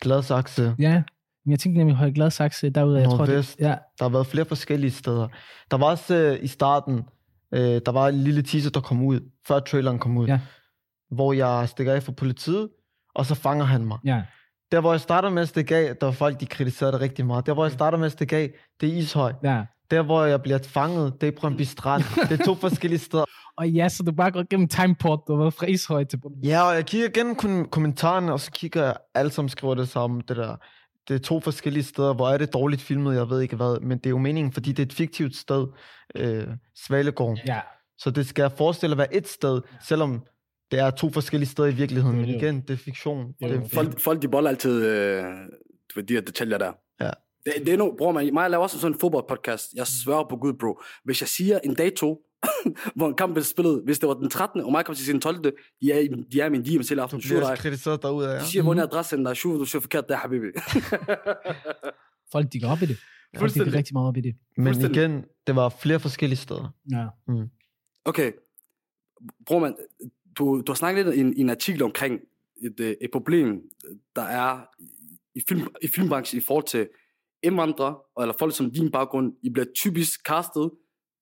Gladsaxe.
Ja, men jeg tænkte nemlig Høje Gladsaxe derude. Jeg tror, det,
Nordvest.
ja,
Der har været flere forskellige steder. Der var også øh, i starten, øh, der var en lille teaser, der kom ud, før traileren kom ud,
Ja.
hvor jeg stikker af fra politiet, og så fanger han mig.
ja.
Der, hvor jeg starter med at stikke af, der var folk, de kritiserede det rigtig meget. Der, hvor jeg starter med at stikke af, det er Ishøj.
ja.
Der, hvor jeg bliver fanget, det er Brøndby Strand. Det er to forskellige steder.
Og ja, så du bare går gennem timeport, du har været fra Ishøj til...
Ja, og jeg kigger gennem kom- kommentarerne, og så kigger jeg, alle sammen skriver det samme, det der. Det er to forskellige steder, hvor er det dårligt filmet, jeg ved ikke hvad, men det er jo meningen, fordi det er et fiktivt sted, øh, Svalegården.
Ja,
Så det skal jeg forestille at være et sted, selvom det er to forskellige steder i virkeligheden.
Det er
Men
det.
igen, det er fiktion.
Det er
Det er
jo-
en
Folk,
film.
folk de boller altid øh, du ved, de her detaljer der.
Ja.
Det, det er nu, bror, man, mig jeg laver også sådan en fodboldpodcast. Jeg sværger på Gud, bro. Hvis jeg siger en dato, <laughs> hvor en kamp blev spillet, hvis det var den 13. og mig kom til sin 12. De er, i- de er i min DM selv
Du
aften. Sure,
bliver
dig.
kritiseret derude af.
De siger, hvordan er adressen der? Sure, du siger forkert der, habibi.
folk de går op i det. Folk de går
Fuldstændig.
rigtig meget op i det.
Men
fuldstændig.
igen, det var flere forskellige steder.
Ja.
Okay. Bror, man, du, du har snakket lidt i en, i en artikel omkring et, øh, et problem, der er i, film, i filmbranchen i forhold til indvandrere, eller folk som din baggrund, I bliver typisk castet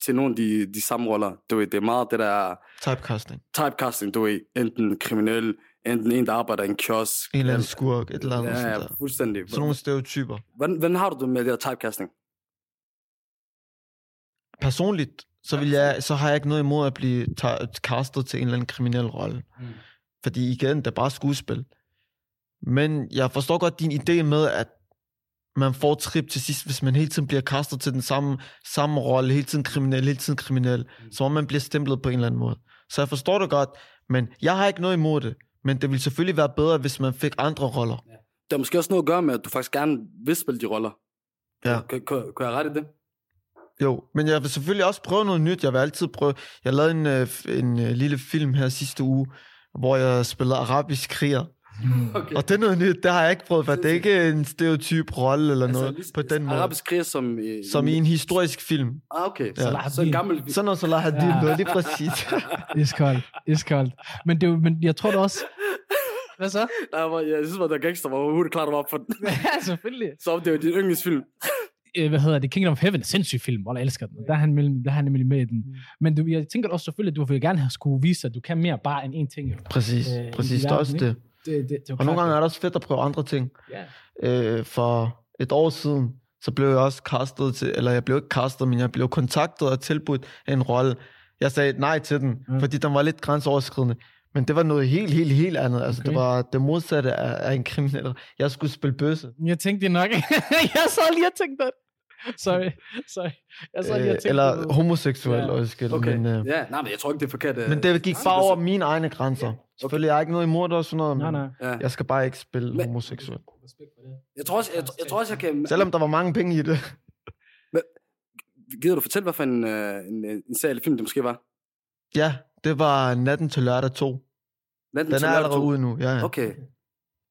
til nogle af de, de samme roller. Du ved, det er meget det der
Typecasting.
typecasting, du ved, enten kriminel, enten en, der arbejder i en kiosk.
En eller anden skurk, et eller andet.
Ja,
sådan
ja,
der.
fuldstændig.
Sådan nogle stereotyper.
Hvordan, hvordan har du det med det der typecasting?
personligt, så, vil jeg, så har jeg ikke noget imod at blive ta- castet til en eller anden kriminel rolle.
Mm.
Mm. Fordi igen, det er bare skuespil. Men jeg forstår godt din idé med, at man får trip til sidst, hvis man hele tiden bliver castet til den samme, samme rolle, hele tiden kriminel, hele tiden kriminel, mm. så må man bliver stemplet på en eller anden måde. Så jeg forstår det godt, men jeg har ikke noget imod det. Men det ville selvfølgelig være bedre, hvis man fik andre roller.
Det har måske også noget at gøre med, at du faktisk gerne vil spille de roller.
Ja.
Kan, kan, kan jeg rette det?
Jo, men jeg vil selvfølgelig også prøve noget nyt. Jeg vil altid prøve... Jeg lavede en, øh, f- en øh, lille film her sidste uge, hvor jeg spillede arabisk kriger.
Okay.
Og det er noget nyt, det har jeg ikke prøvet, for det er ikke en stereotyp rolle eller Altså, noget
ligesom-
på den måde.
Arabisk krig som... Øh,
Som i en historisk film.
Ah, okay.
Ja.
Så, så en gammel...
Sådan noget Salah Hadid,
<laughs> Ja.
ja. lige præcis.
Iskoldt, iskoldt. Men, det, er jo- men jeg tror det også... Hvad så?
Nej, jeg var- jeg synes bare, der gangster var hurtigt klart op for den.
<laughs> ja, selvfølgelig.
Så det var din yndlingsfilm.
øh, hvad hedder det, Kingdom of Heaven, sindssyg film, og jeg elsker den. Der er han, mellem, der er han nemlig med i den. Men du, jeg tænker også selvfølgelig, at du vil gerne have skulle vise, at du kan mere bare end én ting. jo.
præcis,
Øh, i
præcis. Det er
verden,
også
ikke?
det.
det, det, det var
Og nogle
klart,
gange er det også fedt at prøve andre ting.
Ja.
Øh, for et år siden, så blev jeg også castet til, eller jeg blev ikke castet, men jeg blev kontaktet og tilbudt en rolle. Jeg sagde nej til den,
Ja.
mm. fordi den var lidt grænseoverskridende. Men det var noget helt, helt, helt andet. Altså, okay.
Okay.
det var det modsatte af, af en kriminel. Jeg skulle spille bøsse.
Jeg tænkte det nok. <laughs> jeg så lige og tænkte det. Sorry, sorry. Altså, Jeg så lige og
Øh,
tænkte
eller homoseksuel,
Ja.
ja. undskyld.
Okay.
Okay. Men, øh,
Ja, nej, men jeg tror ikke, det er forkert. øh,
men det gik
nej,
bare
det er
over mine egne grænser. Selvfølgelig, jeg er ikke noget imod det og sådan noget, men
Nej, nej.
Ja.
jeg skal bare ikke spille
Men-
homoseksuel.
Respekt for det.
Jeg tror også, jeg, jeg, tror også, jeg kan...
Selvom der var mange penge i det.
Gider du fortælle, hvad for en, øh, en, øh, en serie eller film det måske var?
Ja, det var Natten til lørdag 2.
Lad
Den er
til
allerede
lørdag to.
ude nu, ja. ja.
Okay.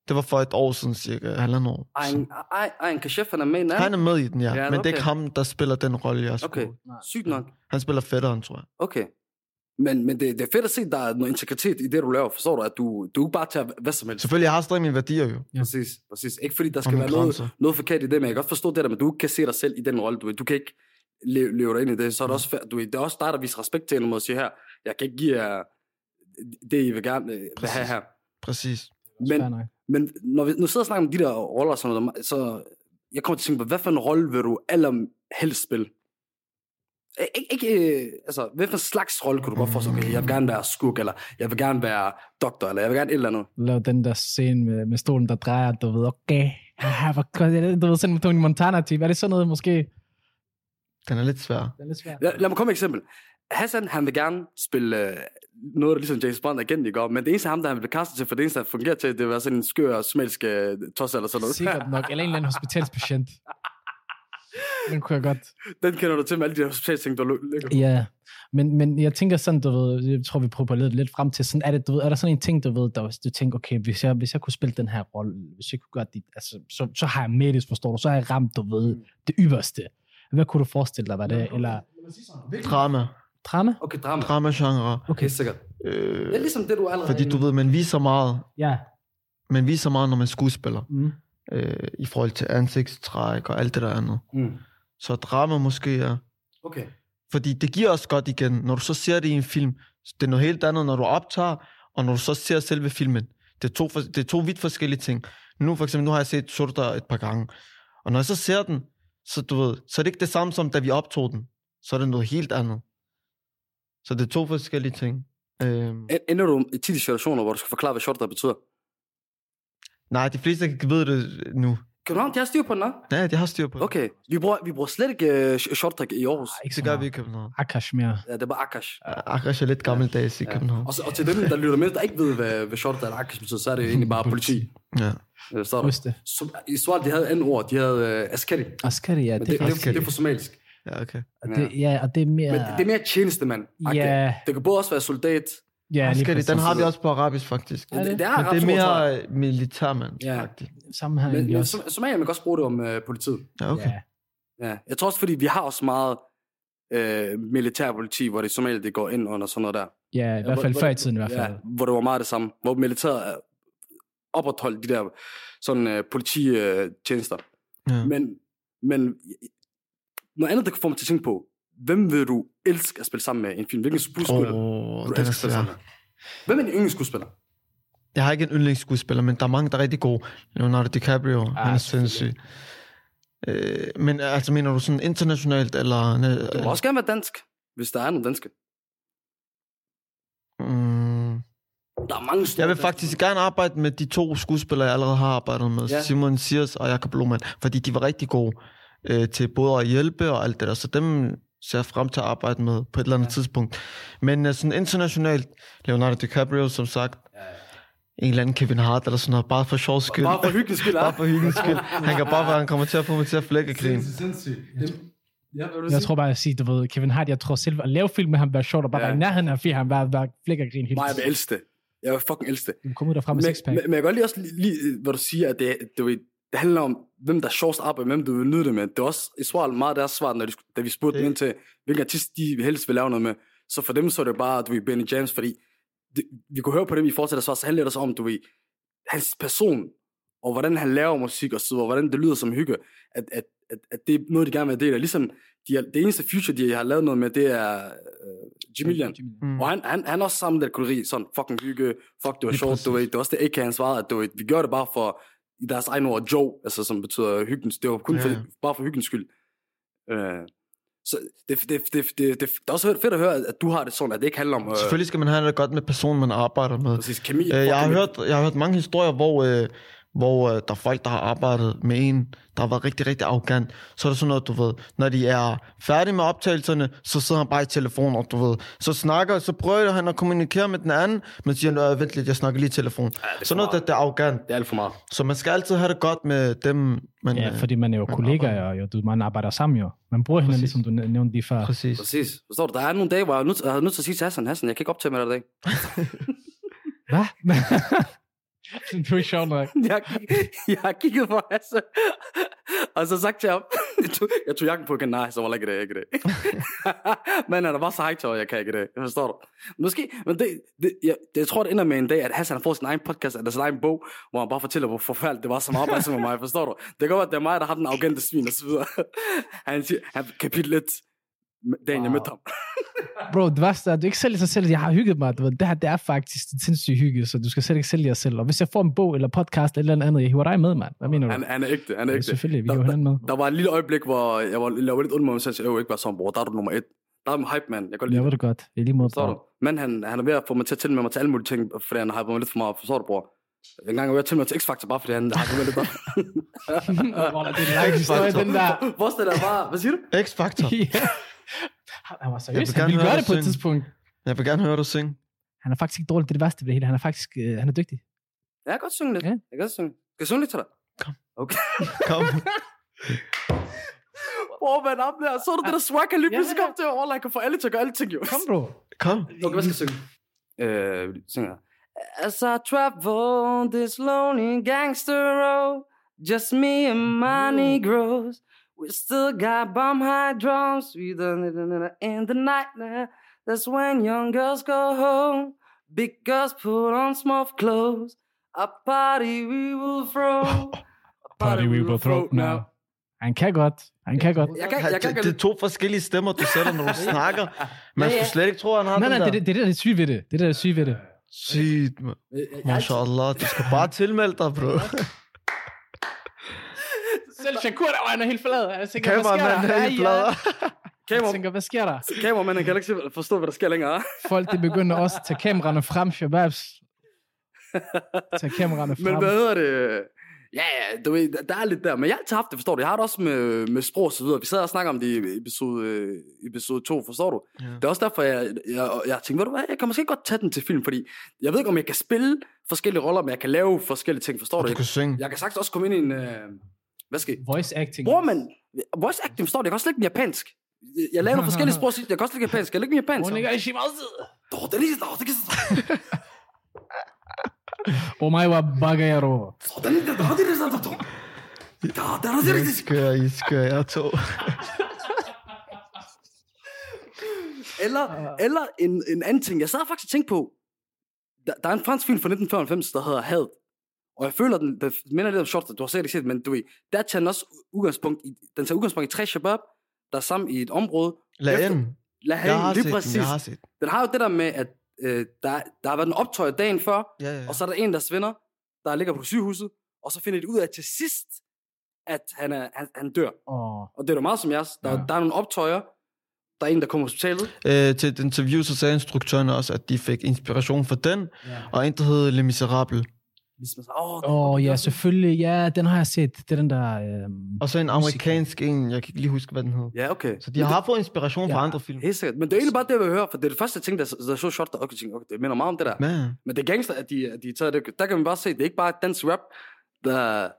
Det var for et år siden, cirka halvandet år. Så-
Ej, ej, ej, en kashef, han er med i den
Han er
anden.
med i den, ja.
Ja,
ja men det er ikke
okay.
ham, der spiller den rolle, jeg
Okay,
skulle.
sygt nok.
Han spiller fætteren, tror jeg.
Okay. Men, men det, det er fedt at se, at der er noget integritet i det, du laver. Forstår du, at du, du er ikke bare tager hvad som helst.
Selvfølgelig, jeg har stadig mine værdier jo.
Ja.
Præcis, præcis. Ikke fordi der
Og
skal
mine
være noget,
grænser.
noget forkert i det, men jeg kan godt forstå det der, men du ikke kan se dig selv i den rolle. Du, ved. du kan ikke leve, leve dig ind i det. Så er det også, fair- du, ved, det er også dig, der viser respekt til en måde at sige her, jeg kan ikke give jer det, I vil gerne øh, vil have
Præcis.
her.
Præcis.
Men, men når vi nu sidder og snakker om de der roller, og sådan noget, så jeg kommer til at tænke på, hvad for en rolle vil du allerhelst spille? Ik- Ikke, ikke, øh, altså, hvad for en slags rolle kunne du godt forestille dig? Okay, jeg vil gerne være skurk, eller jeg vil gerne være doktor, eller jeg vil gerne et eller andet.
Lav den der scene med, med stolen, der drejer, du ved, okay. Haha, hvor godt er det? Du ved, sådan en Tony Montana-type. Er det sådan noget, måske?
Den er lidt svær.
Det er lidt svært.
Lad, lad mig komme med et eksempel. Hassan, han vil gerne spille øh, noget, der ligesom James Bond agent i går, men det eneste ham, der han blev kastet til, for det eneste, der fungerer til, det vil være sådan en skør, smelsk øh, tos eller sådan noget.
Sikkert nok. Eller en eller anden hospitalspatient. Den kunne jeg godt.
<laughs> Den kender du til med alle de der hospitalsting, der ligger.
Ja, men, men jeg tænker sådan, du ved, jeg tror, vi prøver lidt, lidt frem til, sådan, er, det, du ved, er der sådan en ting, du ved, der, du tænker, okay, hvis jeg, hvis jeg kunne spille den her rolle, hvis jeg kunne gøre det, altså, så, så har jeg med det, forstår du, så har jeg ramt, du ved, det ypperste. Hvad kunne du forestille dig, var det? Eller
Drama.
drama?
Okay, drama.
Drama-genre.
Okay, sikkert.
Øh,
Det er ligesom det, du allerede...
fordi du ved, man viser meget.
Ja.
Man viser meget, når man skuespiller.
Mm.
Øh, I forhold til ansigtstræk og alt det der andet.
Mm.
Så drama måske er...
Okay.
Fordi det giver også godt igen, når du så ser det i en film. Det er noget helt andet, når du optager, og når du så ser selve filmen. Det er to, for, det er to vidt forskellige ting. Nu for eksempel, nu har jeg set Surta et par gange. Og når jeg så ser den, så, du ved, så er det ikke det samme som, da vi optog den. Så er det noget helt andet. Så det er to forskellige ting. Øhm,
En- Ender du i tit i situationer, hvor du skal forklare, hvad short der betyder?
nej, de fleste ved det nu.
København, de har styr på den, hva'?
Ja, de har styr på det.
Okay, vi bruger, vi bruger slet ikke uh, short track i Aarhus.
Ikke
Så gør vi i København.
Akash mere.
Ja, det er bare Akash.
Akkurat er lidt gammeldags i
Ja.
København.
Og, så, og til dem, der lytter med, der ikke ved, hvad, hvad short eller Akash betyder, så er det jo egentlig bare politi.
Ja.
Øh, Så er der.
Husk det.
Så, I Sverige, de havde et andet ord. De havde uh, askeri. Men
Askari, ja,
det,
det,
det,
er
det,
faktisk,
det, det er for somalisk.
ja, okay.
og det, ja, og det er mere...
Men det, det er mere tjenestemand.
ja,
Det kan både også være soldat.
ja, lige
Askeri,
præcis.
den har vi også på arabisk, faktisk.
Det, det er
Men det
arabisk
er
ord, tror jeg.
mere militærmand.
Ja.
Ja.
Samme her,
Men,
egentlig
men
også.
som- somalier, man kan også bruge det om uh, politiet.
ja, okay.
Ja.
Ja. Jeg tror også, fordi vi har også meget øh, militærpoliti, hvor det somalier, det går ind under sådan noget der.
ja, i hvert
hvor-
fald
hvor-
før i tiden i hvert fald.
Ja, hvor det var meget det samme. Hvor militæret øh, opretholdt de der sådan øh, polititjenester.
Ja.
Men, men noget andet, der kan få mig til at tænke på. Hvem vil du elske at spille sammen med i en film? Hvilken skuespiller oh,
Åh,
vil du
den
elske
er
at spille sammen
svær.
med? Hvem er din yndlings skuespiller?
Jeg har ikke en yndlingsskuespiller, men der er mange, der er rigtig gode. Leonardo DiCaprio, ah, han er
selvfølgelig.
sindssyg. Øh, men altså, mener du sådan internationalt, eller...
Det må også gerne være dansk, hvis der er nogle danske.
Mm,
Der er mange store
jeg vil
danske-
faktisk gerne arbejde med de to skuespillere, jeg allerede har arbejdet med.
Ja.
Ja. Simon Sears og Jakob Lohmann, fordi de var rigtig gode øh, til både at hjælpe og alt det der. Så dem ser jeg frem til at arbejde med på et eller andet ja. tidspunkt. Men øh, sådan internationalt, Leonardo DiCaprio, som sagt,
Ja, ja.
en eller anden Kevin Hart eller sådan noget, bare for sjov skyld.
Bare for hyggens skyld,
Bare for hyggens skyld. Han kan bare være, han kommer til at få mig til at flække og grine.
Sindssygt. Ja, hvad vil
Jeg tror bare, jeg siger, du ved, Kevin Hart, jeg tror selv, at lave film med ham, være sjovt, og bare
Ja.
ja. være i nærheden af, fordi han bare, bare flækker og griner hele
Nej, jeg vil
tiden.
elske det. Jeg vil fucking elske det.
Du kommer ud derfra med
men,
sixpack.
men, men jeg kan godt lide også lige, lige, hvad du siger, at det, du ved, det handler om, hvem der er sjovest arbejde, hvem du vil nyde det med. Det er også i svaret meget deres svar, når de, da vi spurgte
Det-
dem ind til, hvilken artist de helst vil lave noget med. Så for dem så er det bare, du ved, Benny James, fordi det, vi kunne høre på dem i forhold til deres svar, så handler det så om, du ved, hans person, og hvordan han laver musik og så videre, og hvordan det lyder som hygge, at, at at, at det er noget, de gerne vil have del af. Ligesom de har, det eneste future, de har lavet noget med, det er øh, Jimillian.
Mm.
Mm. Og han, han, han er også sammen med den kolleri, sådan fucking hygge, fuck det var
Lige
sjovt, du
præcis.
ved. Det var også det, ikke han svarede, at du ved, vi gjorde det bare for, i deres egne ord, Joe, altså som betyder hyggens, det var kun
Ja,
ja. for,
ja.
bare for hyggens skyld. Øh, så det, det, det, det, det, det, er også fedt at høre, at du har det sådan, at det ikke handler om... Øh,
Selvfølgelig skal man have det godt med personen, man arbejder med.
Præcis, kemi.
Øh, jeg, har
fucking-
hørt, jeg har hørt mange historier, hvor, øh, hvor øh, der er folk, der har arbejdet med en, der har været rigtig, rigtig arrogant. Så er det sådan noget, du ved, når de er færdige med optagelserne, så sidder han bare i telefonen, og du ved, så snakker, så prøver han at kommunikere med den anden, men siger, øh, vent lidt, jeg snakker lige i telefonen.
det er
sådan noget,
smart.
der, der er arrogant.
Det er alt for meget.
Så man skal altid have det godt med dem, man...
Ja,
øh,
fordi man er jo
man
kollegaer, og jo, du, man arbejder sammen jo. Man bruger hinanden,
Præcis.
ligesom du næ- nævnte lige før.
Præcis.
Præcis. Forstår du? Der er nogle dage, hvor jeg er nødt, jeg er nødt til at sige til Hassan, Hassan, jeg kan ikke optage med dig i dag.
<laughs> Hvad? det er jo sjovt nok.
<laughs> Jeg, jeg har kigget på Hassan, og så sagt til ham, jeg tog, jeg tog jakken på igen, nej, så var det <laughs> ikke i dag, ikke i dag. men han er bare så hejtøj, jeg kan ikke i dag, forstår du? Måske, men det, det, jeg, det, jeg tror, det ender med en dag, at Hassan får sin egen podcast, eller sin egen bog, hvor han bare fortæller, hvor forfærdeligt det var som arbejde med mig, forstår du? Det kan godt være, at det er mig, der har den arrogante svin, og så videre. <laughs> Han siger, han kapitel 1, dagen jeg
Wow.
mødte ham.
Bro, det værste er, at du ikke sælger sig selv, at jeg har hygget mig. Du ved, det her det er faktisk det sindssyge hygge, så du skal selv ikke sælge dig selv. Og hvis jeg får en bog eller podcast eller noget andet, jeg hiver dig med, mand. Hvad mener du?
Han, han er ægte, han er
Ja,
ægte.
selvfølgelig, vi
Der-
hiver hinanden med.
Der var et lille øjeblik, hvor jeg var, jeg var lidt ondt med mig selv, så jeg vil ikke være sådan, bror, der er du nummer et. Der er min hype, mand. Jeg kan godt
Jeg
lide det.
ved det godt. Jeg er lige mod
<laughs> Forstår du? Men han, han er ved at få mig til at tilmelde mig til alle mulige ting, fordi han hyper mig lidt for meget. Forstår du, bror? En gang er jeg ved at tilmelde mig til X-Factor, bare fordi han hyper mig lidt
<laughs>
for
det er en lang historie, den der.
<laughs> Forestil dig bare, hvad siger du?
X-Factor.
Ja. Han var
Jeg
seriøs.
vil
Han
gerne
ville
høre
gøre det
dig
på et
synge.
tidspunkt.
Jeg vil gerne høre dig synge.
Han er faktisk ikke dårlig. Det er det værste ved det hele. Han er faktisk øh, han er dygtig.
Jeg kan godt synge lidt.
Ja.
Jeg kan godt synge. Skal jeg synge lidt til dig?
Kom.
Bror, man op der. Så du det der swag, han lige
Ah. Ja,
pludselig
ja.
kom til. Åh, jeg kan få alle til at gøre alle ting, jo.
Kom, bro.
Kom.
Okay, hvad skal jeg synge? Øh, synger. As I travel this lonely gangster road, just me and my negroes. We still got bomb high drums. We done it in the- in the night. nah. That's when young girls go home. Big girls put on small clothes. A party we will throw. A
Han kan godt. Han kan godt.
Jeg kan, jeg kan,
det, det er to forskellige stemmer, du sætter,
<laughs>
når du snakker.
Ja, ja.
Man skulle slet ikke tro, at han har
Nej, nej,
den
det, er
der.
det, det er det, der er det syge ved det. Det er det, der er det syge ved det.
Sygt, man. Mashallah, du skal bare tilmelde dig, bro.
Selv Shakur, der var han er helt flad. Jeg tænker,
Kameramanden er helt blader.
Jeg tænker, hvad sker der?
Kameramanden kan ikke forstå, hvad der sker længere.
Folk, de begynder også at tage kameraerne frem, shababs. Tag kameraerne frem.
Men hvad hedder det? Ja, ja, du ved, der- der er lidt der, men jeg har altid haft det, forstår du. Jeg har det også med, med sprog og så videre. Vi sad og snakkede om det i episode, øh, episode 2, forstår du?
Ja.
Ja. Det er også derfor, jeg, jeg, jeg tænkte, ved du hvad, jeg kan måske godt tage den til film, fordi jeg ved ikke, om jeg kan spille forskellige roller, men jeg kan lave forskellige ting, forstår du?
Du
Jeg,
kan synge.
jeg kan sagtens også komme ind i en... Øh, hvad skal
Voice acting.
Bror, man, voice acting, forstår du? Jeg kan også lægge den japansk. Jeg- Jeg laver nogle forskellige sprog, så jeg kan også lægge japansk. Jeg lægger den japansk.
Hun ligger i Shimazid.
Åh, det er lige åh, det kan
Oh my wa bagayaro.
åh, det er lige det, åh, det er lige det, åh, det er lige det, åh, det er lige
I
det.
skør, I skør, jeg to.
Eller, eller en, en anden ting. Jeg sad faktisk og tænkte på, der, der er en fransk film fra 1995, der hedder Had. Og jeg føler, den, den minder lidt om Shorts, du har sikkert ikke set, men du ved, der tager den også udgangspunkt i, den tager udgangspunkt i tre shabab, der er sammen i et område.
Lad
Efter-
ind.
Lad
Jeg
have
har
lige
set
præcis.
den, jeg har set.
Den har jo det der med, at øh, der, der har været en optøj dagen før, ja.
Ja, ja, ja.
og så er der en, der svinder, der ligger på sygehuset, og så finder de ud af til sidst, at han, er, han, han dør.
Åh,
Og det er jo meget som jeres. Der,
Ja.
ja. der er nogle optøjer, der er en, der kommer på hospitalet,
Øh, til et interview, så sagde instruktøren også, at de fik inspiration fra den, og en, der hed Le Miserable.
ligesom så, åh,
Åh, Oh, ja, selvfølgelig. Ja, den har jeg set. Det er den der... Øh...
Og så en amerikansk en, jeg kan ikke lige huske, hvad den hed.
Ja, okay.
Så de har fået inspiration fra
Ja.
andre film.
Helt sikkert. Men det er egentlig bare det, jeg vil høre, for det er det første, jeg tænkte, der, der så short, der okay, jeg tænkte, okay, det minder meget om det der. Men,
Man.
Men det er gangster, at de, at de tager det. Der kan man bare se, det er ikke bare dansk rap, der,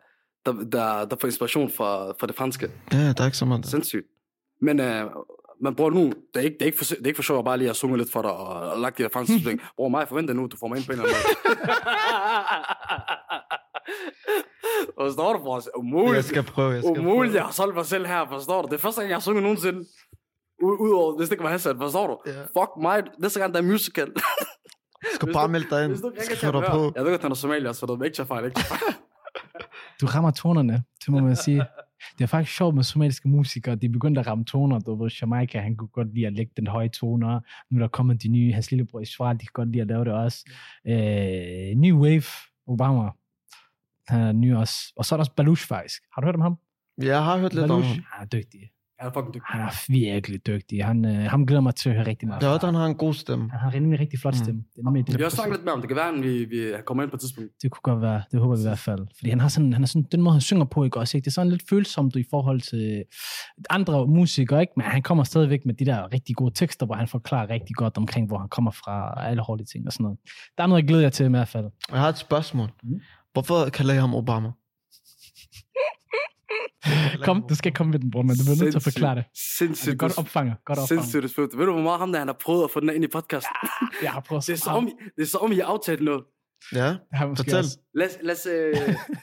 der, der, der får inspiration fra, fra det franske.
Ja, der er ikke så meget. der.
Sindssygt. Men øh, man bruger nu, det er ikke, det er ikke for, det er ikke for sjovt, at jeg bare lige har sunget lidt for dig, og, og lagt de der franske
<laughs>
ting. Bror mig, forventer nu, du får mig ind på en eller anden måde. Forstår du, bror?
Jeg
Umuligt.
skal prøve, jeg skal
Umuligt, jeg har solgt mig selv her, forstår du? Det er første gang, jeg har sunget nogensinde. U- Udover, hvis det ikke var Hassan, forstår du?
Ja.
Fuck mig, næste gang der er <laughs> musical.
prøve. Skal
Hvis
bare
du-
melde dig ind.
Hvis du ikke
Skriv dig på.
Jeg ved godt, han er somalier, så du er ikke fejl, ikke?
Du rammer tonerne, det må man sige. Det er faktisk sjovt med somaliske musikere. De er begyndt at ramme toner. Du ved, Jamaica, han kunne godt lide at lægge den høje toner. Nu er der kommet de nye, hans lillebror Israel, de kan godt lide at lave det også. Øh, New Wave, Obama. Han er ny også. Og så er der også Baluch faktisk. Har du hørt om ham?
Jeg har hørt lidt om
Baluch?
ham.
Han er dygtig.
Jeg er fucking dygtig.
Han er virkelig dygtig. Han, øh, ham glæder mig til at høre rigtig meget.
Jeg har hørt,
fra.
han har en god stemme.
Han har en rigtig, rigtig flot
Mm.
stemme. Det, er nemlig, det,
Vi har også snakket lidt med om, det kan være, at vi, vi kommer ind på et tidspunkt.
det kunne godt være. Det håber vi i hvert fald. Fordi han har sådan, han er sådan den måde, han synger på, ikke også? Ikke? Det er sådan lidt følsomt i forhold til andre musikere, ikke? Men han kommer stadigvæk med de der rigtig gode tekster, hvor han forklarer rigtig godt omkring, hvor han kommer fra, og alle hårde ting og sådan noget. Der er noget, jeg glæder jer til i hvert fald.
Jeg har et spørgsmål.
Mm.
Hvorfor kalder jeg ham Obama?
<laughs> Kom, du skal komme med den, bror, men du bliver nødt til at
Sindssygt.
forklare det. Det er
Sindssygt.
godt opfanger, godt opfanger.
Sindssygt respekt. Ved du, hvor meget ham der, han har prøvet at få den her ind i podcasten?
Jeg har prøvet
Det er så om, det er så om I har aftalt noget.
Ja,
Jeg har måske
fortæl.
også-
Lad, os- lad, os, <laughs> øh,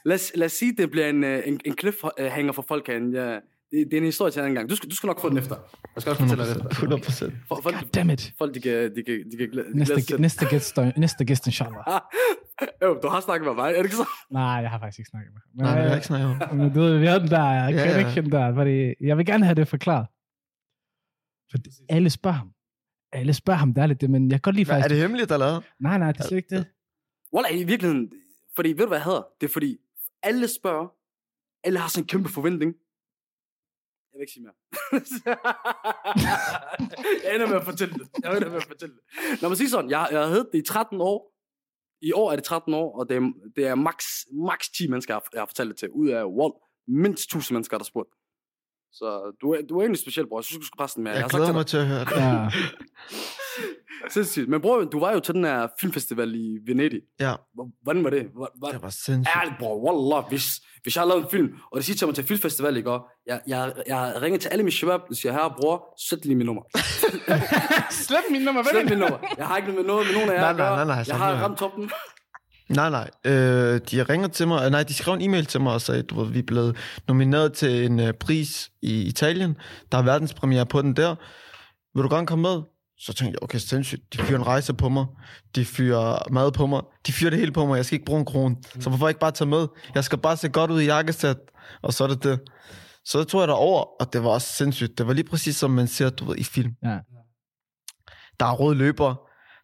lad, os- lad os sige, det bliver en, øh, en, en cliffhanger for folk herinde. Ja, det, det, er en historie til en anden gang. Du skal, du skal nok få den efter. Jeg skal nok fortælle dig det efter.
100 procent.
For, folk,
God damn it.
folk, de kan, de kan, de kan, glæ- de
Næste,
glæder sig til-
næste, gæst, næste gæst, inshallah.
Øh, du har snakket med mig, er det ikke så?
Nej, jeg har faktisk ikke snakket med ham. Men,
Nej, det har
øh,
jeg ikke snakket om.
Men du ved, vi havde den der
ja.
connection der, fordi jeg vil gerne have det forklaret. For alle spørger ham. Alle spørger ham, der er lidt det, men jeg kan godt lide
Hva, er
faktisk...
det hemmeligt eller hvad?
Nej, nej, det er slet ikke det.
Wallah, i virkeligheden, fordi ved du hvad jeg hader? Det er fordi, alle spørger, alle har sådan en kæmpe forventning. Jeg vil ikke sige mere. <laughs> jeg ender med at fortælle det. Jeg ender med at fortælle det. Lad mig sige sådan, jeg, jeg har heddet det i 13 år. I år er det 13 år, og det er, det er max, max 10 mennesker, jeg har, jeg har fortalt det til. Ud af wall, mindst 1000 mennesker, der har spurgt. Så du, er- du er egentlig speciel, bror. Jeg synes, du skal presse den med.
Jeg
har sagt
glæder
til dig-
mig til at høre det.
Ja.
Sindssygt. Men bror, du var jo til den her filmfestival i Venedig.
Ja,
Hvor- Hvordan var det? Hvor- hvor-
det var sindssygt.
Ærligt, bror, wallah, hvis, hvis jeg har lavet en film, og det siger til mig til filmfestival, ikke? Og Jeg, jeg, jeg ringer til alle mine shabab, og siger, herre bror, sæt lige mit nummer.
Slip min nummer,
Sæt mit nummer. <laughs> Jeg har ikke noget med noget med nogen af jer
Nej,
at gøre.
nej, nej, nej,
Jeg
sådan
har
er det.
ramt toppen.
Nej, nej. Øh, de ringer til mig. Nej, de skrev en e-mail til mig og sagde, at vi er blevet nomineret til en øh, pris i Italien. Der er verdenspremiere på den der. Vil du gerne komme med? Så tænkte jeg, okay, sindssygt. De fyrer en rejse på mig. De fyrer mad på mig. De fyrer det hele på mig. Jeg skal ikke bruge en krone. Så hvorfor ikke bare tage med? Jeg skal bare se godt ud i jakkesæt. Og så er det det. Så tog jeg derover, og det var også sindssygt. Det var lige præcis som man ser, du ved, i film.
Ja.
Der er røde løber.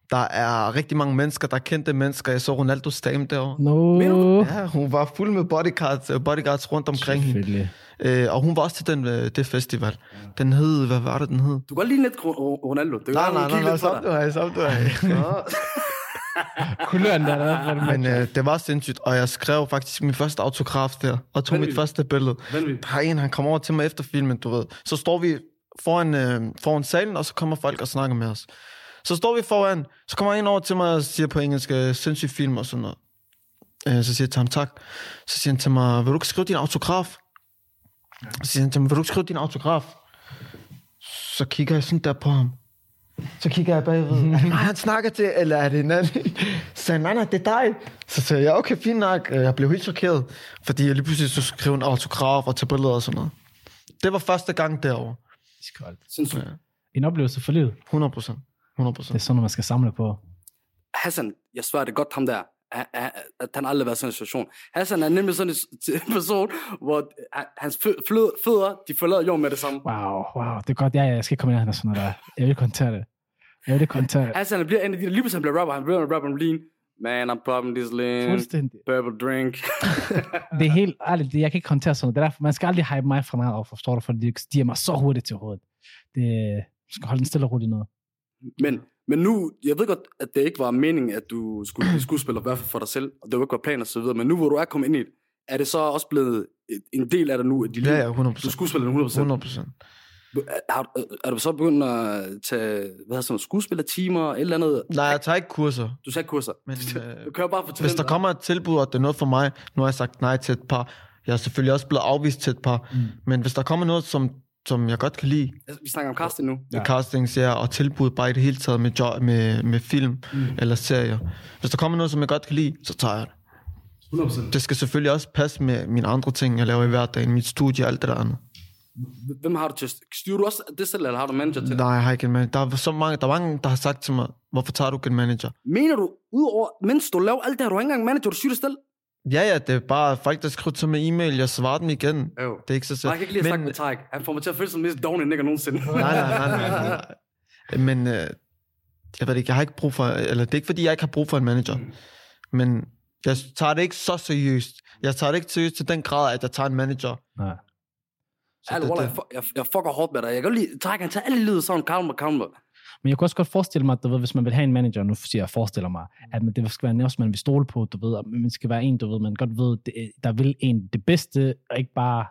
Der er rigtig mange mennesker, der er kendte mennesker. Jeg så Ronaldos dame derovre.
No.
Mener
Uh.
Ja, hun var fuld med bodyguards, øh, bodyguards rundt omkring hende.
Selvfølgelig.
Øh, og hun var også til den, øh, det festival. Den hed, hvad var det, den hed?
Du kan godt lide lidt Ro- Ronaldo. Det kan være,
Nej,
hun
nej, nej,
kigger
nej,
lidt på
stop <laughs>
dig.
du her, stop du her.
Kuløren der, der er for det.
<laughs> Men øh, det var sindssygt, og jeg skrev faktisk min første autograf der, og tog mit
Vanvittigt.
første billede.
Vanvittigt.
Der er en, han kommer over til mig efter filmen, du ved. Så står vi foran, øh, foran salen, og så kommer folk og snakker med os. Så står vi foran, så kommer en over til mig og siger på engelsk, øh, sindssyg film og sådan noget. Øh, så siger jeg til ham tak. Så siger han til mig, vil du ikke skrive din autograf? Så siger han til mig, vil du ikke skrive din autograf? Så kigger jeg sådan der på ham. Så kigger jeg bagved. Er det mig, han snakker til, eller er det en anden? Så sagde han, nej, nej, det er dig. Så sagde jeg, okay, fint nok. Øh, Jeg blev helt chokeret, fordi jeg lige pludselig skulle skrive en autograf og tage billeder og sådan noget. Det var første gang derovre.
Skål.
Sindssygt.
En oplevelse for livet.
100 procent. 100
Det
procent.
er sådan, noget, man skal samle på.
Hassan, jeg svarer det er godt ham der, at- at at han aldrig har været i sådan en situation. Hassan er nemlig sådan en s- <laughs> person, hvor øh, hans fø- flø- fødder, de forlader jorden med det samme.
Wow, wow. Det er godt. Ja, ja, jeg skal ikke komme ind og sådan noget der. Jeg vil ikke håndtere det. Jeg vil ikke håndtere det.
Hassan han bliver en af de der, lige pludselig han bliver rapper, han bliver en rapper om lean. Man, I'm popping this lean.
Fuldstændig.
Purple drink.
Det er helt ærligt, det- jeg kan ikke håndtere sådan noget. Det er derfor, man skal aldrig hype mig fra mig af, forstår du, for det stiger mig så hurtigt til hovedet. Det, du skal holde den stille og roligt ned.
Men, men nu, jeg ved godt, at det ikke var meningen, at du skulle blive skuespiller, i hvert fald for dig selv, og det var ikke var planen og så videre, men nu hvor du er kommet ind i det, er det så også blevet et- en del af dig nu, at de
Ja, ja, 100
Du er
procent.
skuespiller 100%.
100 procent.
Er, har du- er du så begyndt at tage hvad hedder sådan, noget, skuespillertimer, et eller andet?
Nej, jeg tager ikke kurser.
Du sagde kurser. <laughs>
Men,
Men,
øh,
du kører bare for
Hvis der kommer et tilbud, og det er noget for mig, nu har jeg sagt nej til et par. Jeg er selvfølgelig også blevet afvist til et par.
Mm.
Men hvis der kommer noget, som, som jeg godt kan lide,
altså, Vi snakker om casting nu.
Ja.
ja. castings ja, og tilbud bare i det hele taget med, jo- med, med film mm. eller serier. Hvis der kommer noget, som jeg godt kan lide, så tager jeg det.
100%.
Det skal selvfølgelig også passe med mine andre ting, jeg laver i hverdagen, mit studie og alt det der andet.
Hvem har du til? Styrer du også det selv, eller har du manager til?
Nej, jeg har ikke en manager. Der er så mange, der, er mange, der har sagt til mig, hvorfor tager du ikke en manager?
Mener du, udover, mens du laver alt det her, du har ikke engang manager, du styrer det selv?
Ja, ja, det er bare folk, der skriver til mig e-mail, jeg svarer dem igen.
Jo.
Det er ikke så
Og
svært.
jeg kan ikke lide at snakke
Men-
med Tarek. Han får mig til at føle som den mest dogne nigger nogensinde.
nej, nej, nej, nej, nej, nej. Men øh, jeg ved det ikke, jeg har ikke brug for, eller det er ikke fordi, jeg ikke har brug for en manager.
Mm.
Men jeg tager det ikke så seriøst. Jeg tager det ikke seriøst til den grad, at jeg tager en manager.
Nej.
Så
Ærlig,
det,
Wallah,
det,
jeg, fu- jeg, jeg fucker hårdt med dig. Jeg kan godt lide, Tarek, han tager alle lyder sådan, calm mig, calm mig.
Men jeg kunne også godt forestille mig, at du ved, hvis man vil have en manager, nu siger jeg forestiller mig, at man, det skal være en også, man vil stole på, du ved, og man skal være en, du ved, man godt ved, det, der vil en det bedste, og ikke bare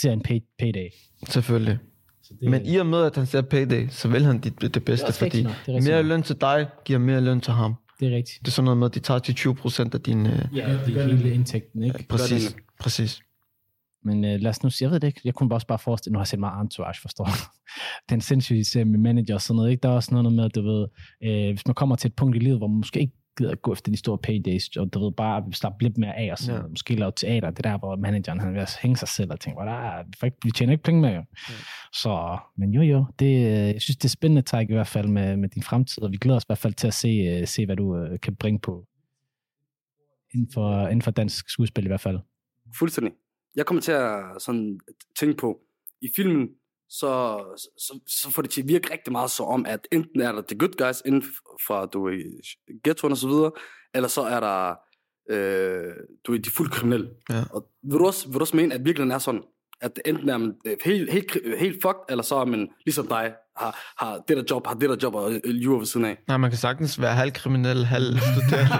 ser en pay, payday.
selvfølgelig.
Så det,
Men i og med, at han ser payday, så vil han det, det bedste,
også
fordi
rigtigt nok, det er rigtigt
mere
nok.
løn til dig giver mere løn til ham.
det er rigtigt.
Det er sådan noget med, at de tager til 20 procent af din... Øh,
Ja, det er hele indtægten, ikke?
præcis,
det.
præcis.
Men øh, lad os nu sige, jeg ved det ikke, jeg kunne bare også bare forestille, nu har jeg set meget entourage, forstår du? <laughs> Den sindssyge serie med manager og sådan noget, ikke? Der er også noget med, du ved, øh, hvis man kommer til et punkt i livet, hvor man måske ikke gider at gå efter de store paydays, og du ved bare slappe lidt mere af og sådan
Ja.
noget. Måske lave teater, det der, hvor manageren han er ved at hænge sig selv og tænke, "Hvor der er, vi, får ikke, vi tjener ikke penge mere. jo." Så, men jo jo, det, øh, jeg synes, det er spændende, Tag, i hvert fald med, med din fremtid, og vi glæder os i hvert fald til at se, øh, se hvad du øh, kan bringe på inden for, inden for dansk skuespil i hvert fald.
Fuldstændig. Jeg kommer til at sådan, tænke på, i filmen, så, så, så får det til at virke rigtig meget så om, at enten er der The Good Guys inden fra du, ved, ghettoen og så videre, eller så er der øh, du, ved, de fuldt kriminelle.
Ja.
Og vil du, også, vil du også mene, at virkeligheden er sådan, at enten er man øh, helt, helt, kri- øh, helt fucked, eller så er man ligesom dig, har, har det der job, har det der job og øh, lyver ved siden af.
Nej, man kan sagtens være halvkriminel, halvstuderende.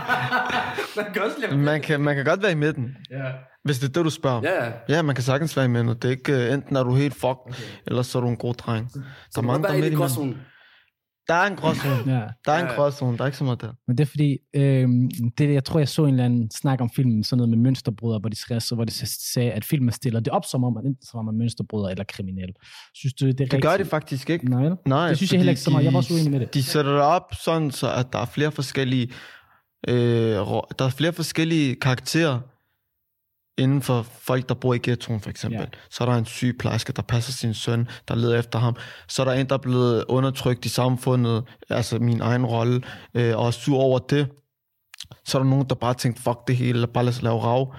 Man kan også lide
<laughs> man, kan, man kan godt være i midten,
Ja,
hvis det er det, du spørger om.
ja.
Ja, man kan sagtens være i midten. Det er ikke, øh, enten er du helt fucked, okay. eller så er du en god dreng.
Så
Der
man
er
kan
mange,
godt
der er
være inde
midt
i
i midten.
gråzonen.
Der er en gråzone.
Ja.
Der er
Ja, ja.
en gråzone. Der er ikke så meget der.
Men det er fordi, øh, det, jeg tror, jeg så en eller anden snak om filmen, sådan noget med mønsterbrødre, hvor de, skrev, så, hvor de s- sagde, at filmen stiller det op som om, at enten så var man mønsterbrødre eller kriminel. Synes du, det er rigtigt?
Det gør det faktisk ikke.
Nej, vel?
Nej,
Det synes jeg heller ikke så meget. Jeg var også uenig med det.
De sætter det op sådan, så at der er flere forskellige, øh, rå- der er flere forskellige karakterer inden for folk, der bor i ghettoen for eksempel.
Ja.
Ja. Så er der en sygeplejerske, der passer sin søn, der leder efter ham. Så er der en, der er blevet undertrykt i samfundet, altså min egen rolle, øh, og er sur over det. Så er der nogen, der bare tænker, fuck det hele, bare lad os lave rav.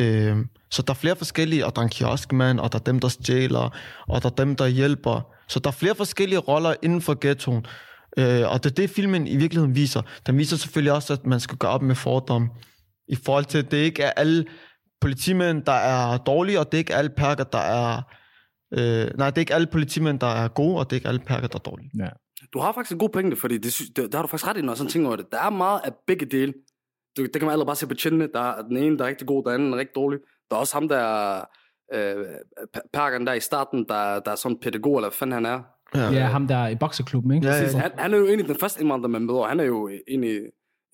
Øh, så der er flere forskellige, og der er en kioskmand, og der er dem, der stjæler, og der er dem, der hjælper. Så der er flere forskellige roller inden for ghettoen. Øh, og det er det, filmen i virkeligheden viser. Den viser selvfølgelig også, at man skal gøre op med fordomme. I forhold til, at det ikke er alle politimænd, der er dårlige, og det er ikke alle perker, der er... Øh, nej, det er ikke alle politimænd, der er gode, og det er ikke alle perker, der er dårlige.
Du har faktisk en god pointe, fordi det, sy- det, der har du faktisk ret i, når jeg sådan tænker over det. Der er meget af begge dele. Du, det kan man allerede bare se på chinene. Der er den ene, der er rigtig god, den anden er rigtig dårlig. Der er også ham, der er øh, pa- perkeren der i starten, der, der er sådan en pædagog, eller hvad fanden han er.
Ja, ham der i bokseklubben, ikke?
Ja, ja,
Han, han er jo egentlig den første indvandrer, man møder. Han er jo egentlig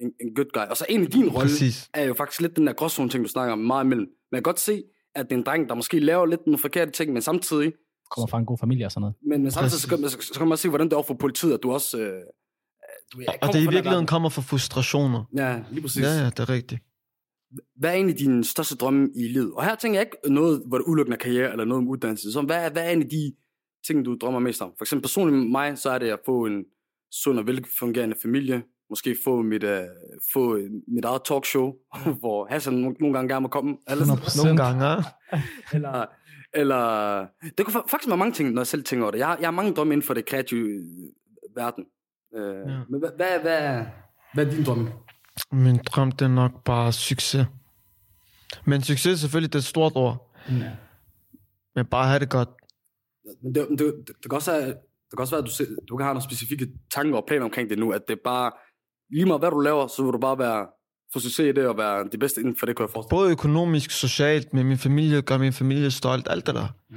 en, en good guy. Og så egentlig din rolle
præcis.
er jo faktisk lidt den der gråzone ting, du snakker om meget imellem. Man kan godt se, at det er en dreng, der måske laver lidt nogle forkerte ting, men samtidig
Kommer fra en god familie og sådan noget.
Men, men samtidig så
Præcis.
kan, man, så kan man også se, hvordan det er over for politiet, at du også... Øh, du, jeg kommer
Og det i
fra den
virkeligheden
verden.
kommer fra frustrationer.
Ja, lige præcis.
Ja, ja, det er rigtigt.
Hvad er egentlig din største drømme i livet? Og her tænker jeg ikke noget, hvor det udelukkende er karriere eller noget om uddannelse. Så hvad, er- hvad er egentlig de ting, du drømmer mest om? For eksempel personligt med mig, så er det at få en sund og velfungerende familie. Måske få mit, øh, få mit eget talkshow, <laughs> hvor Hassan no- nogle gange gerne må komme. Eller, sådan-
100%.
Nogle gange, ja.
eller, eller det kunne fa- faktisk være mange ting, når jeg selv tænker over det. Jeg har, jeg har mange drømme inden for det kreative øh, verden. Øh, ja. Men hvad, hvad, hvad, hvad er din drømme?
Min drøm, det er nok bare succes. Men succes er selvfølgelig det er et stort ord.
Ja.
Men bare have det godt.
Men det, men det, det, det, kan også være, det kan også være, at du, selv- du kan have nogle specifikke tanker og planer omkring det nu, at det er bare, lige meget hvad du laver, så vil du bare være, få succes i det og være det bedste inden for det, kunne jeg forestille mig.
Både økonomisk, socialt, med min familie, gør min familie stolt, alt det der.
Mm.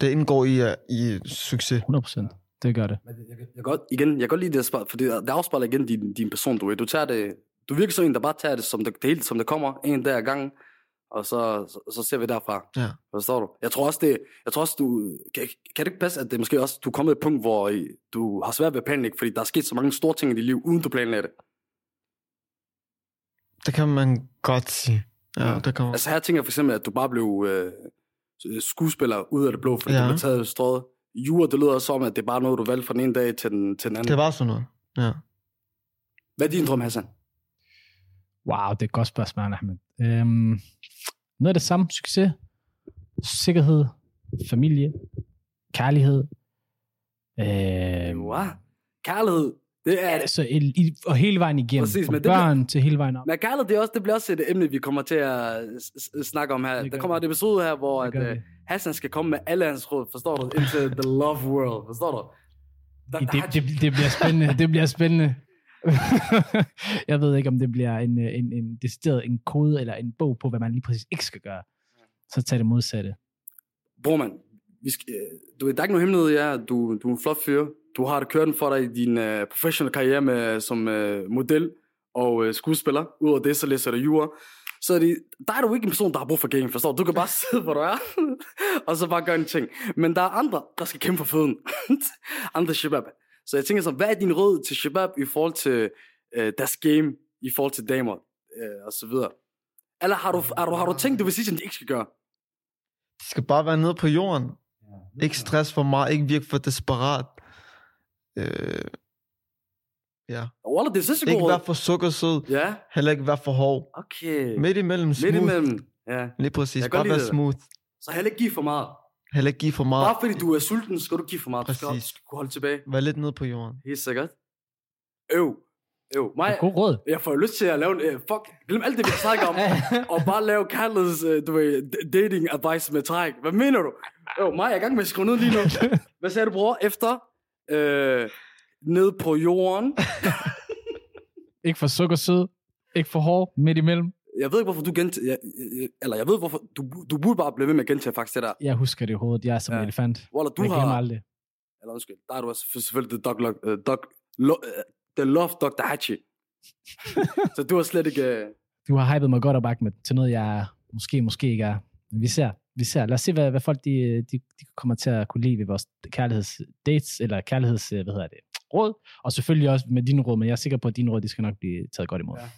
Det indgår i, øh, i succes.
100 procent. Det gør det.
Men jeg, jeg, jeg, kan godt, igen, jeg kan godt lide det, spejl, for det, det afspejler igen din, din person, du er. Du, tager det, du virker som en, der bare tager det, som det, det hele, som det kommer, en dag ad gangen, og så, så, så ser vi derfra.
Ja.
Forstår du? Jeg tror også, det, jeg tror også du, kan, kan det ikke passe, at det måske også, du er kommet et punkt, hvor I- du har svært ved at planlægge, fordi der er sket så mange store ting i dit liv, uden du planlagde det.
Det kan man godt sige. Ja,
Ja.
det kan man.
Altså her tænker jeg for eksempel, at du bare blev øh, skuespiller ud af det blå, fordi ja.
Ja.
du blev taget strået. Jura, det lyder også som, at det er bare noget, du valgte fra den ene dag til den, til den anden.
Det var sådan noget. Ja.
Hvad er din drøm, Hassan?
Wow, det er et godt spørgsmål, Ahmed. Øhm, noget af det samme. Succes, sikkerhed, familie, kærlighed. Øhm,
Wow. Kærlighed. Det er,
så el- Altså, i, og hele vejen igennem.
Præcis,
Præcis,
men
fra
det bliver-
børn til hele vejen op.
men kærlighed, det, er også, det bliver også et emne, vi kommer til at s- s- snakke om her.
Det
Der
gør
kommer et episode her, hvor
Det
at,
gør
øh,
vi.
Hassan skal komme med alle hans råd, forstår du? Indtil The Love World, forstår du? Der,
I-
der,
Det, det, det bliver spændende. Det bliver spændende. <laughs> jeg ved ikke, om det bliver en, øh, en, en decideret en kode eller en bog på, hvad man lige præcis ikke skal gøre. Så tag det modsatte.
øh, øh, øh, <laughs> <laughs> øh,
De skal bare være nede på jorden. Ikke stress for meget, ikke virke for desperat. Øh, ja.
Wallah, det er sindssygt
Ikke
god råd.
være for sukkersød,
Ja,
heller ikke være for hård.
okay.
Midt imellem,
Øh, Midt
smooth.
imellem. Ja.
Lige præcis,
Jeg kan
bare
godt lide
være
det der.
smooth.
Så heller ikke give for meget.
Heller ikke give for meget.
Bare fordi du er sulten, skal du give for meget. Du skal, du
Præcis.
skal kunne holde tilbage.
Vær lidt nede på jorden.
Helt sikkert. Øv. Øv. Mig,
Det er god råd.
jeg får jo lyst til at lave en... øh, fuck, glem alt det, vi har snakket
<laughs>
om. og bare lave Carlos, øh, du ved, d- dating advice med Tarek. Hvad mener du? Øv, mig, jeg er i gang med at skrive ned
<laughs>
lige nu. Hvad sagde du, bror? Efter? Øh, ned på jorden.
ikke for sukkersød, ikke for hård, midt imellem.
Jeg ved ikke, hvorfor du gentager... Jeg, jeg- eller jeg ved, hvorfor... Du, du burde bare blive ved med at gentage faktisk det der.
Jeg husker det i hovedet. Jeg er som
Ja.
en elefant.
Wallah, du
jeg
har...
glemmer aldrig.
Eller undskyld, der er du også selvfølgelig The Dog, Lo- uh, Dog Lo- uh, The Love Dr. Hachi. så du har slet ikke... Uh,
Du har hypet mig godt op, Ahmed, til noget, jeg måske, måske ikke er. Men Vi ser. Vi ser. Lad os se, hvad, hvad folk de, de, de kommer til at kunne lide ved vores kærlighedsdates, eller kærligheds, øh, hvad hedder det, råd. Og selvfølgelig også med dine råd, men jeg er sikker på, at dine råd, de skal nok blive taget godt imod. Ja.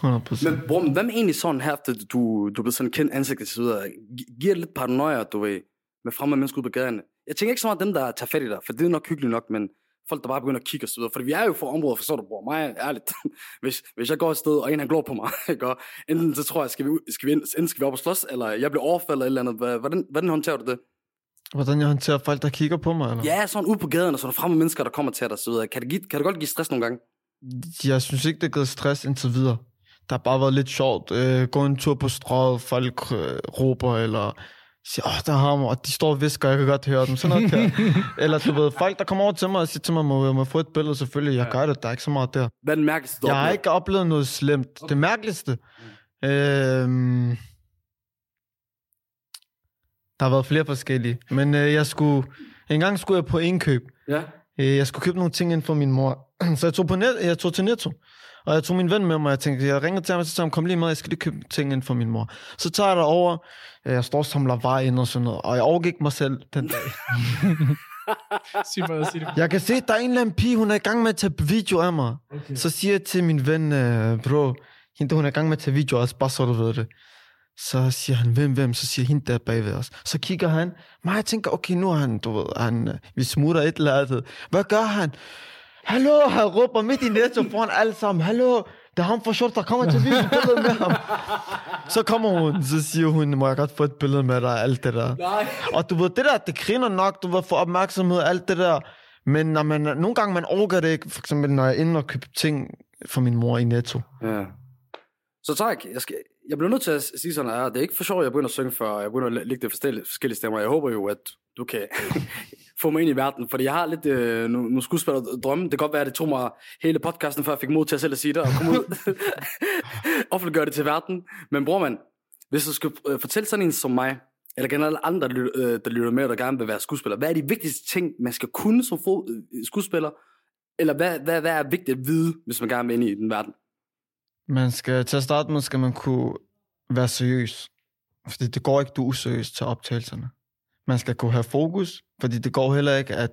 100%.
men bror, men hvad med egentlig sådan her, efter du, du er blevet sådan kendt ansigt og så videre? Gi- Giver det lidt paranoia, du ved, med fremmede mennesker ude på gaderne? Jeg tænker ikke så meget dem, der tager fat i dig, for det er nok hyggeligt nok, men folk, der bare begynder at kigge og så videre. Fordi vi er jo fra områder, forstår du, bror? Mig, ærligt. <laughs> Hvis, hvis jeg går et sted, og en han glor på mig, <laughs> ikke? Og enten så tror jeg, skal vi, ud- skal vi, ind, enten skal vi op og slås, eller jeg bliver overfaldet eller et eller andet. Hvordan, hvordan håndterer du det?
Hvordan jeg håndterer folk, der kigger på mig? Eller?
Ja, sådan ude på gaden, og så er der fremme mennesker, der kommer til dig, så videre. Kan det, give, kan det godt give stress nogle gange?
Jeg synes ikke, det har givet stress indtil videre. Der har bare været lidt sjovt. Øh, gå en tur på strået, folk øh, råber eller siger, åh, der er ham, og de står og visker, jeg kan godt høre dem. Sådan
<laughs>
noget der. Eller du ved, folk, der kommer over til mig og siger til mig, må, må jeg få et billede selvfølgelig. Jeg gør det, der er ikke så meget der.
Hvad er den mærkeligste, du
Jeg har
oplever?
ikke oplevet noget slemt. Det mærkeligste.
Mm.
Øhm, der har været flere forskellige. Men øh, jeg skulle... En gang skulle jeg på indkøb.
Ja.
Øh, jeg skulle købe nogle ting ind for min mor. <clears throat> Så jeg tog, på net, jeg tog til Netto. Og jeg tog min ven med mig, og jeg tænkte, jeg ringer til ham, og så sagde han, kom lige med, jeg skal lige købe ting ind for min mor. Så tager jeg derover, øh, jeg står og samler varer ind og sådan noget, og jeg overgik mig selv den dag.
Sig for at sige det.
Jeg kan se, der er en eller anden pige, hun er i gang med at tage video af mig. Okay. Så siger jeg til min ven, øh, bro, hende der, hun er i gang med at tage video af os, bare så du ved det. Så siger han, hvem, hvem? Så siger hende der bagved os. Så kigger han. Men jeg tænker, okay, nu er han, du ved, han, øh, vi smutter et eller andet. Hvad gør han? Hallo, han råber midt i netto foran alle sammen. Hallo, det er ham for short, der kommer til at vise et billede med ham. Så kommer hun, så siger hun, må jeg godt få et billede med dig, og alt det der.
Nej.
Og du ved, det der, det griner nok, du ved, for opmærksomhed og alt det der. Men når man, nogle gange man overgår det ikke, for eksempel når jeg er inde og køber ting for min mor i Netto.
Ja. Så tak. Jeg, skal, jeg bliver nødt til at sige sådan, at det er ikke for sjovt, at jeg begynder at synge før, og jeg begynder at lægge det forskellige, forskellige stemmer. Jeg håber jo, at du kan <laughs> få mig ind i verden, fordi jeg har lidt øh, nogle, nogle skuespillerdrømme. Det kan godt være, at det tog mig hele podcasten, før jeg fik mod til at selv at sige det, og komme ud <laughs> offentliggøre det til verden. Men bror man, hvis du skulle øh, fortælle sådan en som mig, eller generelt andre, der lyt- øh, der lytter med, og der gerne vil være skuespiller, hvad er de vigtigste ting, man skal kunne som fo- øh, skuespiller? Eller hvad, hvad, hvad er vigtigt at vide, hvis man gerne vil ind i den verden?
Man skal, til at starte med skal man kunne være seriøs. Fordi det går ikke, du er useriøs til optagelserne. Man skal kunne have fokus, fordi det går heller ikke, at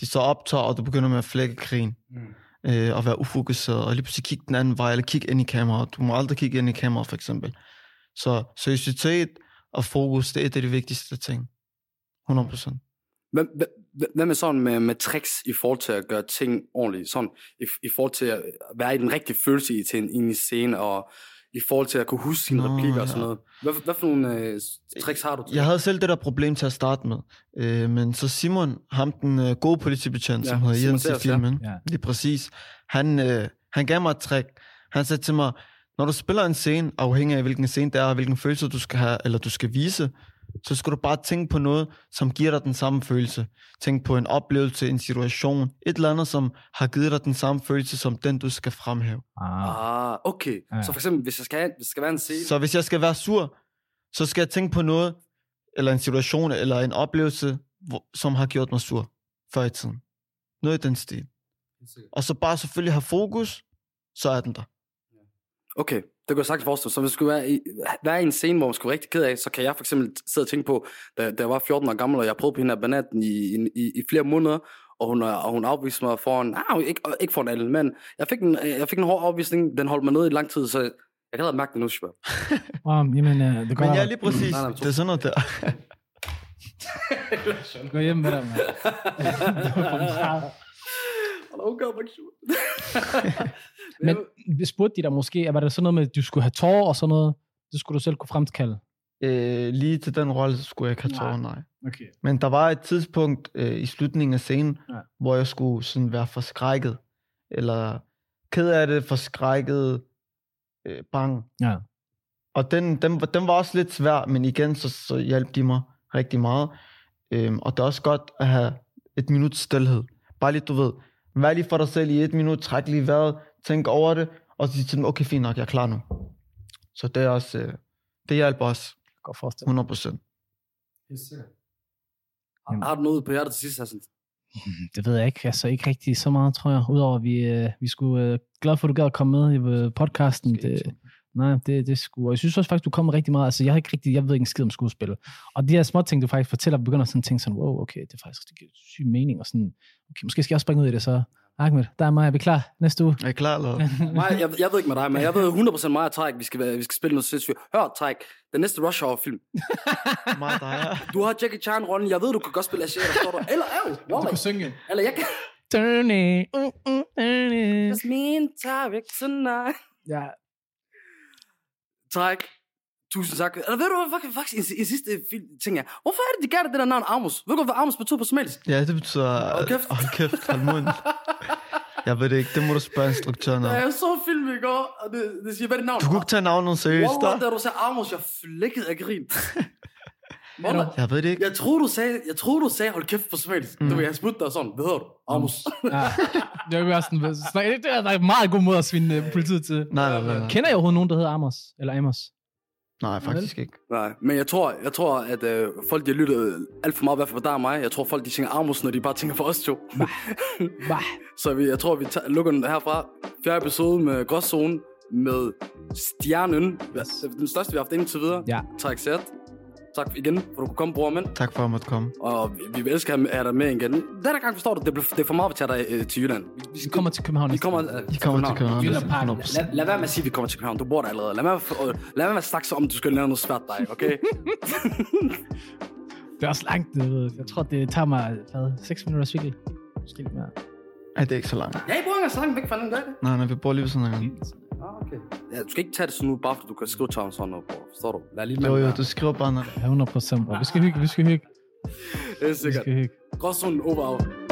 de så optager, og du begynder med at flække krigen. Mm. Øh, og være ufokuseret, og lige pludselig kigge den anden vej, eller kigge ind i kameraet. Du må aldrig kigge ind i kameraet, for eksempel. Så seriøsitet og fokus, det er et af de vigtigste ting. 100
Hvem, hvem, Hva- Hvad med sådan med, med tricks i forhold til at gøre ting ordentligt? Sådan i, i forhold til at være i den rigtige følelse i til en, i en scene, og i forhold til at kunne huske sine
Nå,
replikker og sådan
ja.
noget. Hvad, hvad for nogle øh, tricks har du til?
Jeg havde selv det der problem til at starte med. Øh, men så Simon, ham den øh, gode politibetjent,
Ja,
ja, som hedder
Simon
Jens i
Sears, ja.
filmen,
Ja.
ja. lige præcis, han, øh, han gav mig et trick. Han sagde til mig, når du spiller en scene, afhængig af hvilken scene det er, og hvilken følelse du skal have, eller du skal vise, så skal du bare tænke på noget, som giver dig den samme følelse. Tænk på en oplevelse, en situation, et eller andet, som har givet dig den samme følelse, som den, du skal fremhæve.
Ah,
Ah, okay.
Ja.
Ja. Så for eksempel, hvis jeg skal, hvis jeg skal være en scene,
Så hvis jeg skal være sur, så skal jeg tænke på noget, eller en situation, eller en oplevelse, hvor, som har gjort mig sur før i tiden. Noget i den stil. Og så bare selvfølgelig have fokus, så er den der.
Okay, det kunne jeg sagtens forestille. mig. Så hvis man skulle være i, være i en scene, hvor man skulle være rigtig ked af, så kan jeg for eksempel sidde og tænke på, da, da jeg var 14 år gammel, og jeg prøvede på hende af banaten i, i, i, i flere måneder, og hun, og hun afviste mig foran, ah, ikke, ikke foran alle, men jeg fik, en, øh, jeg fik en hård afvisning, den holdt mig nede i lang tid, så jeg kan allerede mærke det nu,
<laughs>
Shabab.
um, jamen, uh, det går
Men jeg er lige præcis,
Nej, nej, to-
det er sådan noget der.
Gå hjem med dig, mand. Det var for meget. <laughs> Men spurgte de dig måske, var det sådan noget med, at du skulle have tårer og sådan noget? Det skulle du selv kunne fremkalde.
Øh, lige til den rolle, så skulle jeg ikke have tårer, nej.
Okay.
Men der var et tidspunkt øh, i slutningen af scenen,
Ja.
ja. hvor jeg skulle sådan være forskrækket, eller ked af det, forskrækket, øh, bange.
Ja.
Og den, den, den var også lidt svær, men igen, så, så hjalp de mig rigtig meget. Øhm, og det er også godt at have et minut stillhed. Bare lige, du ved, vær lige for dig selv i et minut, træk lige vejret, tænk over det, og så sige til dem, okay, fint nok, jeg er klar nu. Så det er også, øh, det hjalp også,
Godt forestille
100 procent.
Har- Har du noget på hjertet til sidst, Hassan?
mig. Det ved jeg ikke. Altså ikke rigtig så meget, tror jeg. Udover at vi, øh, vi skulle... Øh, glad for, at du gad at komme med i øh, podcasten. Det, nej, det, det skulle... Og jeg synes også faktisk, du kom med rigtig meget. Altså jeg har ikke rigtig... Jeg ved ikke en skid om skuespil. Og de her små ting, du faktisk fortæller, begynder sådan at tænke sådan, wow, okay, det er faktisk det giver syg mening. Og sådan, okay, måske skal jeg også springe ud i det så. Ahmed, der er mig. Er vi klar næste uge?
Er I klar,
<laughs>
eller? hvad?
Nej, jeg, jeg ved ikke med dig, men jeg ved 100% mig og Tarek, vi skal, være- vi skal spille noget sindssygt. Hør, Tarek, den næste Rush Hour-film.
Mig og dig, ja.
Du har Jackie Chan-rollen, jeg ved, du kan godt spille Asher, der står der. Eller, eller, eller,
synge.
eller jeg kan...
Dirty. Mm, mm, dirty.
Just me and Tarek tonight.
Ja,
Tak. Tusind tak. Eller ved du hvad fucking, faktisk en, en sidste fil- ting er? Hvorfor er det, de gør det, det der navn Amos? Ved du godt, hvad Amos betyder på somalisk?
Ja, det betyder...
Hold kæft.
Hold kæft, hold mund. Jeg ved det ikke, det må du spørge instruktøren
Ja.
om.
Jeg så film i går, og det, det siger, hvad er det navn?
Du kunne ikke tage navnet seriøst,
Wallah,
der?
da du sagde Amos, jeg flækkede af
<laughs>
grin. Wallah,
Jeg ved det ikke.
jeg troede, du sagde, jeg troede, du sagde, hold kæft på somalisk. Mm. Du ved, jeg smutte dig sådan. Hvad hedder du?
Mm.
Amos.
Ja. Det var også sådan, snak, det er der er en meget god måde at svinde øh, politiet til.
Nej, nej, nej. nej.
Kender jeg overhovedet nogen, der hedder Amos? Eller Amos?
Nej, faktisk ikke.
Nej, men jeg tror, jeg tror at øh, folk, de har lyttet alt for meget, i hvert fald på dig og mig. Jeg tror, folk, de tænker Amos, når de bare tænker på os to.
Bah.
<laughs> Så vi, jeg tror, vi tager, lukker den herfra. Fjerde episode med Gråzone med stjernen.
Yes.
Den største, vi har haft indtil videre.
Ja.
Tak, Sæt. Tak igen, for du kunne komme, bror mand.
Tak for at jeg måtte komme.
Og vi, vi vil elske at have dig med igen. Den her gang forstår du, det, blev, det er for meget, vi tager dig øh, til Jylland. Vi,
Vi kommer til København.
vi
næste
kommer,
gang.
øh,
I kommer til København.
Jylland Park.
100%.
Lad, lad være med at sige, at vi kommer til København. Du bor der allerede. Lad være, for, øh, lad være med at snakke så om, at du skal lære noget svært dig, okay?
Det er også langt. det ved Jeg Jeg tror, det tager mig hvad, 6 minutter at cykle. Måske lidt mere.
Ej, det er ikke så langt.
ja, I bor ikke så langt væk fra den, gør I det?
Nej, nej, vi bor lige ved sådan en gang.
Ah, okay. Ja, du skal ikke tage det sådan ud, bare fordi du kan skrive til ham sådan noget, bror. Forstår du? Lad lige med.
Jo, jo,
det
du skriver bare noget.
Ja, 100 procent. Vi skal hygge, vi skal hygge.
er
Vi
sikkert.
skal hygge.
Gråzonen over out.